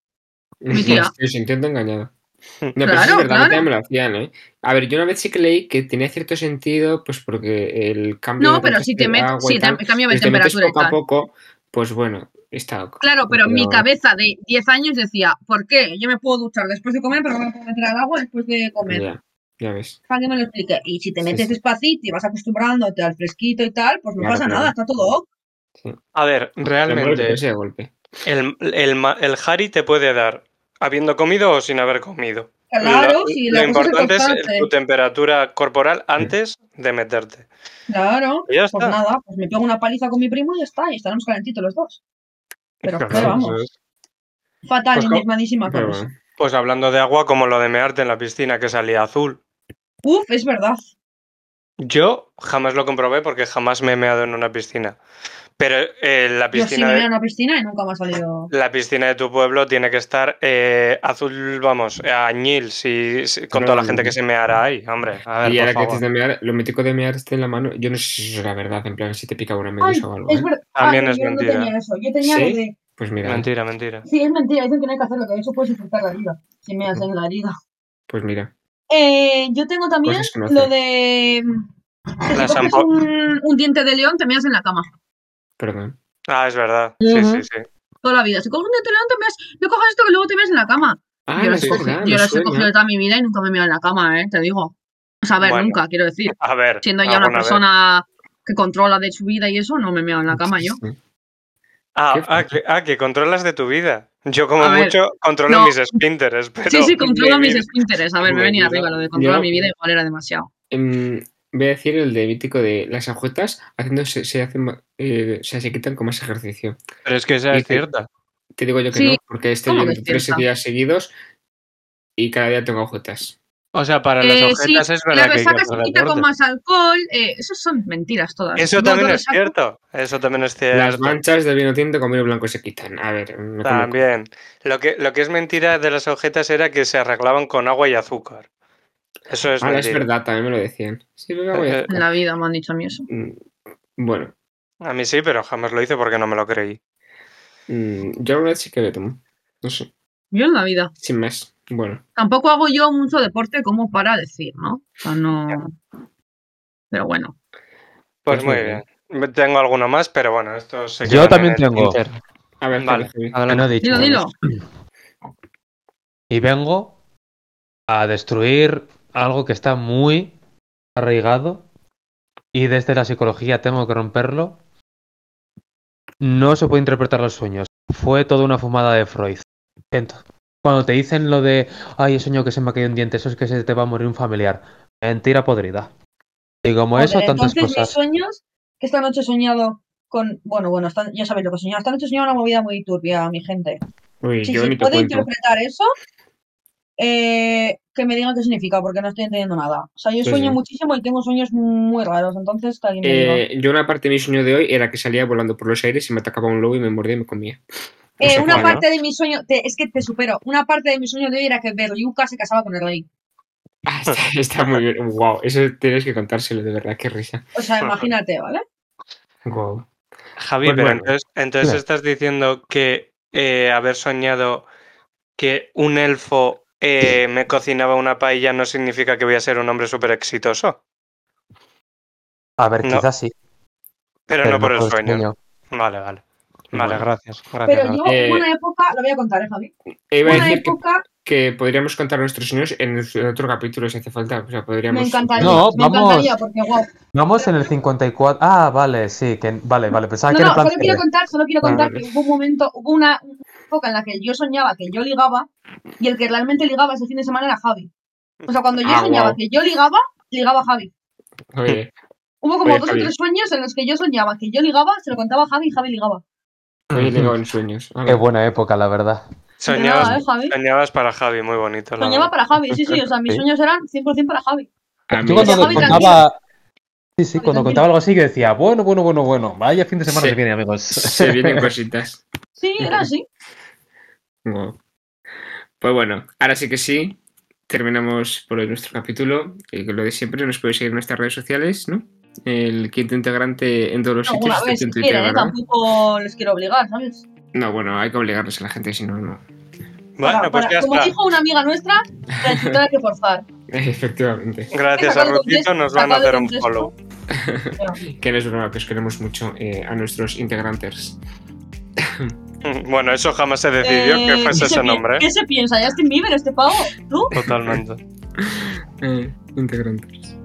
S2: mi tía.
S1: Sí, Os intento engañar. No, pero
S2: Claro,
S1: sí es verdad, a mí
S2: claro.
S1: también me lo hacían, ¿eh? A ver, yo una vez sí que leí que tenía cierto sentido, pues porque el cambio
S2: No,
S1: de
S2: pero
S1: tantas
S2: si te
S1: de
S2: metes,
S1: agua y
S2: si
S1: tal,
S2: te, cambio de
S1: si te metes
S2: temperatura y
S1: poco a
S2: tal.
S1: poco, pues bueno, está ok.
S2: Claro, pero mi
S1: Pero-
S2: cabeza de 10 años decía, ¿por qué? Yo me puedo duchar después de comer, pero no me puedo meter al agua después de comer.
S1: Ya, ya ves.
S2: Para que me lo explique. Y si te
S1: Sí,
S2: metes
S1: sí.
S2: despacito y vas acostumbrándote al fresquito y tal, pues no
S1: Claro,
S2: pasa
S1: claro.
S2: nada, está todo ok.
S3: A ver,
S1: Realmente.
S3: realmente,
S1: Ese golpe.
S3: el, el, ma- el Hari te puede dar habiendo comido o sin haber comido.
S2: Claro,
S3: lo
S2: si
S3: lo
S2: la cosa es
S3: importante es el-
S2: constante.
S3: tu temperatura corporal antes de meterte.
S2: Claro,
S3: Y ya
S2: pues
S3: está.
S2: nada, pues me pego una paliza con mi primo y ya está, y estaremos calentitos los dos. Pero
S3: Claro,
S2: ¿qué vamos,
S3: eso es.
S2: fatal,
S3: Pues,
S2: enigmadísima con
S1: Pero
S2: eso.
S1: bueno,
S3: Pues hablando de agua, como lo de mearte en la piscina que salía azul.
S2: Uf, es verdad.
S3: Yo jamás lo comprobé porque jamás me he meado en una piscina. Pero eh, la
S2: Yo sí
S3: piscina
S2: me veo
S3: de-
S2: en una piscina y nunca me ha salido.
S3: La piscina de tu pueblo tiene que estar eh, azul, vamos, eh, añil, si, si- con
S1: No,
S3: toda la
S1: no,
S3: gente
S1: no.
S3: que se meara ahí, hombre. A ver,
S1: y
S3: por
S1: ahora que
S3: favor.
S1: dices de mear, lo mítico de mear este en la mano, yo no sé si eso es la verdad, en plan, si te pica una
S2: Ay,
S1: medusa o algo.
S2: es
S1: ¿eh?
S2: verdad.
S3: También
S2: Ah,
S3: es
S2: yo no
S3: mentira.
S2: tenía eso. Yo tenía
S1: ¿Sí?
S2: lo de.
S1: Pues mira,
S3: Mentira, mentira.
S2: Sí, es mentira, dicen que no hay que hacerlo, que de hecho puedes infectar la herida. Si me hacen la herida.
S1: pues mira.
S2: Eh, yo tengo también
S3: Pues
S1: Cosas que no
S2: lo
S1: hacer.
S2: de. Que si
S3: La
S2: coges
S3: sampo-
S2: un, un diente de león, te meas en la cama.
S1: Perdón.
S3: Ah, es verdad.
S5: Ujú.
S3: Sí, sí, sí.
S2: Toda la vida. Si coges un diente de león, te meas. No cojas esto que luego te meas en la cama.
S1: Ah,
S2: yo
S1: no,
S2: las,
S1: es
S2: he cogido-
S1: verdad, me
S2: yo las he
S1: suena.
S2: cogido toda mi vida y nunca me he meado en la cama, ¿eh? Te digo. O sea, a ver,
S3: Bueno.
S2: nunca, quiero decir.
S3: A ver.
S2: Siendo ya una
S3: alguna vez.
S2: persona que controla de su vida y eso, no me he meado en la cama yo.
S1: Sí, sí.
S3: Ah,
S1: Qué
S3: ah,
S1: fuerte.
S3: que, ah, que controlas de tu vida. Yo, como
S2: A ver,
S3: mucho, controlo
S2: no.
S3: mis esfínteres. Pero
S2: sí, sí, controlo mis
S3: vivir-
S2: esfínteres. A ver, me
S3: mi
S2: venía
S3: vida-
S2: arriba lo de controlar
S1: yo-
S2: mi vida igual era demasiado.
S1: Em, voy a decir el de mítico de las agujetas haciendo se, se hacen ma- eh, o sea, se quitan con más ejercicio.
S3: Pero es que esa es
S1: Dice-
S3: cierta.
S1: Te digo yo que
S2: Sí,
S1: no, porque este
S2: ¿cómo
S1: llevo
S2: que es
S1: tres
S2: cierta?
S1: días seguidos y cada día tengo agujetas.
S3: O sea, para
S2: Eh,
S3: las
S2: sí,
S3: objetas es verdad
S2: La
S3: que hay
S2: resaca
S3: que
S2: se
S3: hacer
S2: quita con
S3: deporte.
S2: más alcohol. Eh, esas son mentiras todas.
S3: Eso
S2: Yo
S3: también
S2: de
S3: es
S2: resaca-
S3: cierto. Eso también es cierto.
S1: Las manchas de vino tinto con vino blanco se quitan. A ver, me como-
S3: También. Lo que, lo que es mentira de las objetas era que se arreglaban con agua y azúcar. Eso es
S1: Ah, es
S3: mentira.
S1: verdad, también me lo decían. Sí, me voy a-
S3: Eh,
S2: En la vida me han dicho a mí eso.
S1: Mm, Bueno,
S3: A mí sí, pero jamás lo hice porque no me lo creí.
S1: mm, yo alguna vez sí que lo tomo. No sé,
S2: Yo en la vida.
S1: sin más. Bueno,
S2: Tampoco hago yo mucho deporte como para decir, ¿no? O sea, no. Pero bueno.
S1: Pues
S3: Pues, muy
S1: muy
S3: bien. Tengo alguno más, pero bueno, esto se
S4: Yo
S3: quedan en
S4: también
S3: el
S4: tengo.
S3: tintero.
S1: a ver, espera,
S3: Vale,
S1: Javi.
S4: que no he
S3: adelante.
S4: dicho.
S2: Dilo, dilo.
S4: Y vengo a destruir algo que está muy arraigado y desde la psicología tengo que romperlo. No se puede interpretar los sueños. Fue toda una fumada de Freud. Ento- Cuando te dicen lo de, ay, he soñado que se me ha caído un diente, eso es que se te va a morir un familiar. Mentira podrida. Y como eso,
S2: Joder,
S4: tantas
S2: entonces mis
S4: cosas.
S2: sueños, que esta noche he soñado con. Bueno, bueno, esta- ya sabéis lo que he soñado. Esta noche he soñado una movida muy turbia, mi gente.
S1: Uy,
S2: Si
S1: yo
S2: se
S1: ni te
S2: puede
S1: cuento.
S2: interpretar eso, eh, que me digan qué significa, porque no estoy entendiendo nada. O sea, yo
S1: Sí,
S2: sueño
S1: sí.
S2: muchísimo y tengo sueños muy raros. Entonces, que alguien me diga.
S1: Eh, yo una parte de mi sueño de hoy era que salía volando por los aires y me atacaba un lobo y me mordía y me comía.
S2: Eh,
S1: Ese pues
S2: una
S1: fue, ¿no?
S2: parte de mi sueño, te- es que te supero, una parte de mi sueño de hoy era que Berliuca se casaba con el rey.
S1: Ah, está, está muy bien. Wow, eso tienes que contárselo, de verdad, qué risa.
S2: O sea, imagínate, ¿vale?
S1: Wow.
S3: Javi,
S1: Pues
S3: pero
S1: bueno.
S3: entonces, entonces
S4: Dime.
S3: estás diciendo que eh, haber soñado que un elfo eh, me cocinaba una paella no significa que voy a ser un hombre súper exitoso.
S4: A ver,
S3: No,
S4: quizás sí.
S3: Pero, no por el sueño.
S4: sueño.
S3: Vale, vale. Vale,
S1: Bueno.
S3: gracias. gracias,
S2: Pero
S3: gracias.
S2: yo
S1: Eh,
S2: hubo una época, lo voy a contar, ¿eh, Javi?
S1: E Iba a
S2: Una
S1: decir que,
S2: época,
S1: que podríamos contar nuestros sueños en el- en otro capítulo si hace falta. O sea, podríamos.
S2: me encantaría,
S4: No,
S2: me encantaría,
S4: vamos.
S2: porque guau.
S4: Vamos en el 54. Ah, vale, sí. Que... Vale, vale. Pensaba
S3: Ah,
S2: No,
S4: que era
S2: no,
S4: en plan
S2: solo quiero
S4: serie.
S2: contar, solo quiero
S1: Ah,
S2: contar
S1: vale.
S2: que hubo un momento, hubo una una época en la que yo soñaba que yo ligaba y el que realmente ligaba ese fin de semana era Javi. O sea, cuando yo
S1: Ah,
S2: soñaba
S1: guau.
S2: que yo ligaba, ligaba a Javi.
S1: Oye,
S2: Hubo como
S1: Oye,
S2: dos
S1: Javi.
S2: o tres sueños en los que yo soñaba que yo ligaba, se lo contaba a Javi y Javi ligaba.
S1: oye, tengo en sueños.
S4: Qué buena época, la verdad.
S3: Soñabas,
S2: Entrenaba, ¿eh, Javi?
S3: soñabas para Javi, muy bonito. la
S2: Soñaba
S3: verdad.
S2: para Javi, sí, sí, o sea, mis
S4: Sí.
S2: sueños eran 100% para Javi.
S1: A mí-
S4: Yo cuando
S2: Javi,
S4: contaba. Sí, sí,
S2: Javi,
S4: cuando
S2: tranquilo.
S4: contaba algo así, yo decía, bueno, bueno, bueno, bueno, vaya fin de semana
S1: Sí.
S4: se viene, amigos.
S1: se vienen cositas.
S2: Sí, era así.
S1: Guau. Pues bueno, ahora sí que sí. Terminamos por hoy nuestro capítulo. Eh, lo de siempre, nos podéis seguir en nuestras redes sociales, ¿no? El quinto integrante en todos
S3: pues
S1: los sitios,
S2: Alguna vez,
S1: excepto
S2: si
S1: en Twitter,
S2: quieren, ¿eh?
S1: ¿verdad?
S2: tampoco les quiero obligar, ¿sabes?
S1: No, bueno, hay que obligarles a la gente, si no, no.
S3: Bueno,
S2: Para-
S3: pues
S2: para-
S3: ya
S2: como
S3: está.
S2: dijo una amiga nuestra, la chica hay que forzar.
S1: Efectivamente.
S3: Gracias a
S2: Sacado de
S3: Rutito
S2: contexto,
S3: nos van a
S2: sacado de
S3: hacer un
S2: contexto.
S3: follow.
S2: Bueno,
S1: Que no es verdad, que os queremos mucho eh, a nuestros integrantes.
S3: Bueno, eso jamás se decidió
S2: eh,
S3: que fuese
S2: ¿qué se
S3: ese
S2: pi-
S3: nombre. ¿eh?
S2: ¿Qué se piensa? ¿Ya estoy Bieber este pavo? ¿Tú?
S1: Pues,
S3: Totalmente.
S1: Eh, integrantes.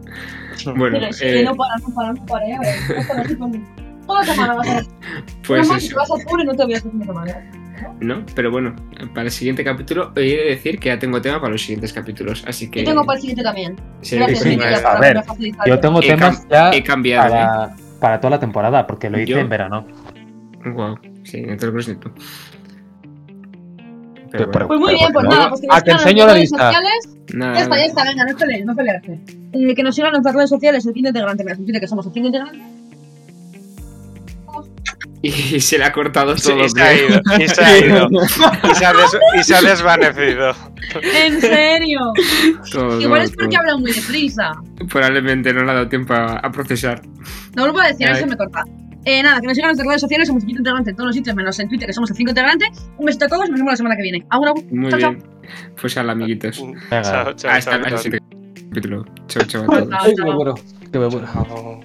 S1: Bueno,
S2: Pero es
S1: eh,
S2: que no para, no para, no para, ¿eh? A ver, no para, sí, con- Toda semana vas a...
S1: pues
S2: Una más,
S1: eso.
S2: vas a pobre, no te voy a hacer una semana.
S1: No, pero bueno, para el siguiente capítulo he de decir que ya tengo tema para los siguientes capítulos, así que
S2: Yo tengo para el siguiente también.
S1: se ve
S2: Gracias,
S1: que
S3: Miguel.
S1: tengo-
S2: Nikita,
S3: A
S2: por
S4: ver,
S2: haberme facilitado.
S4: Yo tengo
S1: He
S4: temas ya
S1: he cambiado, ¿eh?
S4: Ah, para, para toda la temporada, porque lo hice
S1: Yo-
S4: en verano.
S1: Wow, ¿eh? sí, dentro del grupo.
S4: Pero-
S1: Pero bueno,
S4: pero-
S2: Pues muy
S4: Pero
S2: bien, pues
S4: bueno,
S2: nada, pues que
S4: ah,
S2: nos
S4: te
S2: sigan en
S4: enseño
S2: nuestras
S4: la
S2: redes
S4: lista.
S2: sociales. Ya
S1: nada,
S2: está, ya
S1: nada.
S2: está, venga, no pelees, no pelearse. Eh, Que nos sigan en nuestras redes sociales, el quinto integrante, que nos dice que somos el quinto integrante.
S1: Y se le ha cortado
S3: Sí,
S1: todo. ¿eh?
S3: y se ha
S1: creo.
S3: ido, y se ha ido, y se ha, des- y se ha desvanecido.
S2: ¡En serio!
S1: Todo,
S2: Igual es
S1: todo,
S2: porque
S1: todo.
S2: hablan muy deprisa.
S1: Probablemente no le ha dado tiempo a, a procesar.
S2: No lo puedo decir,
S1: Ay.
S2: eso me corta. Eh, nada, que nos sigan en nuestras redes sociales, somos el quinto integrante en todos los sitios, menos en Twitter, que somos el cinco integrante. Un besito a todos, nos vemos la semana que viene. Agur, agur.
S1: Muy
S2: Chao, chao.
S1: bien. Pues al amiguitos.
S3: Chao, chao,
S1: Hasta
S3: chao,
S1: el
S3: chao.
S1: siguiente capítulo. Chao, chao a todos.
S2: Chao,
S4: Ay,
S2: chao.
S4: me muero, que me muero.
S3: Chao.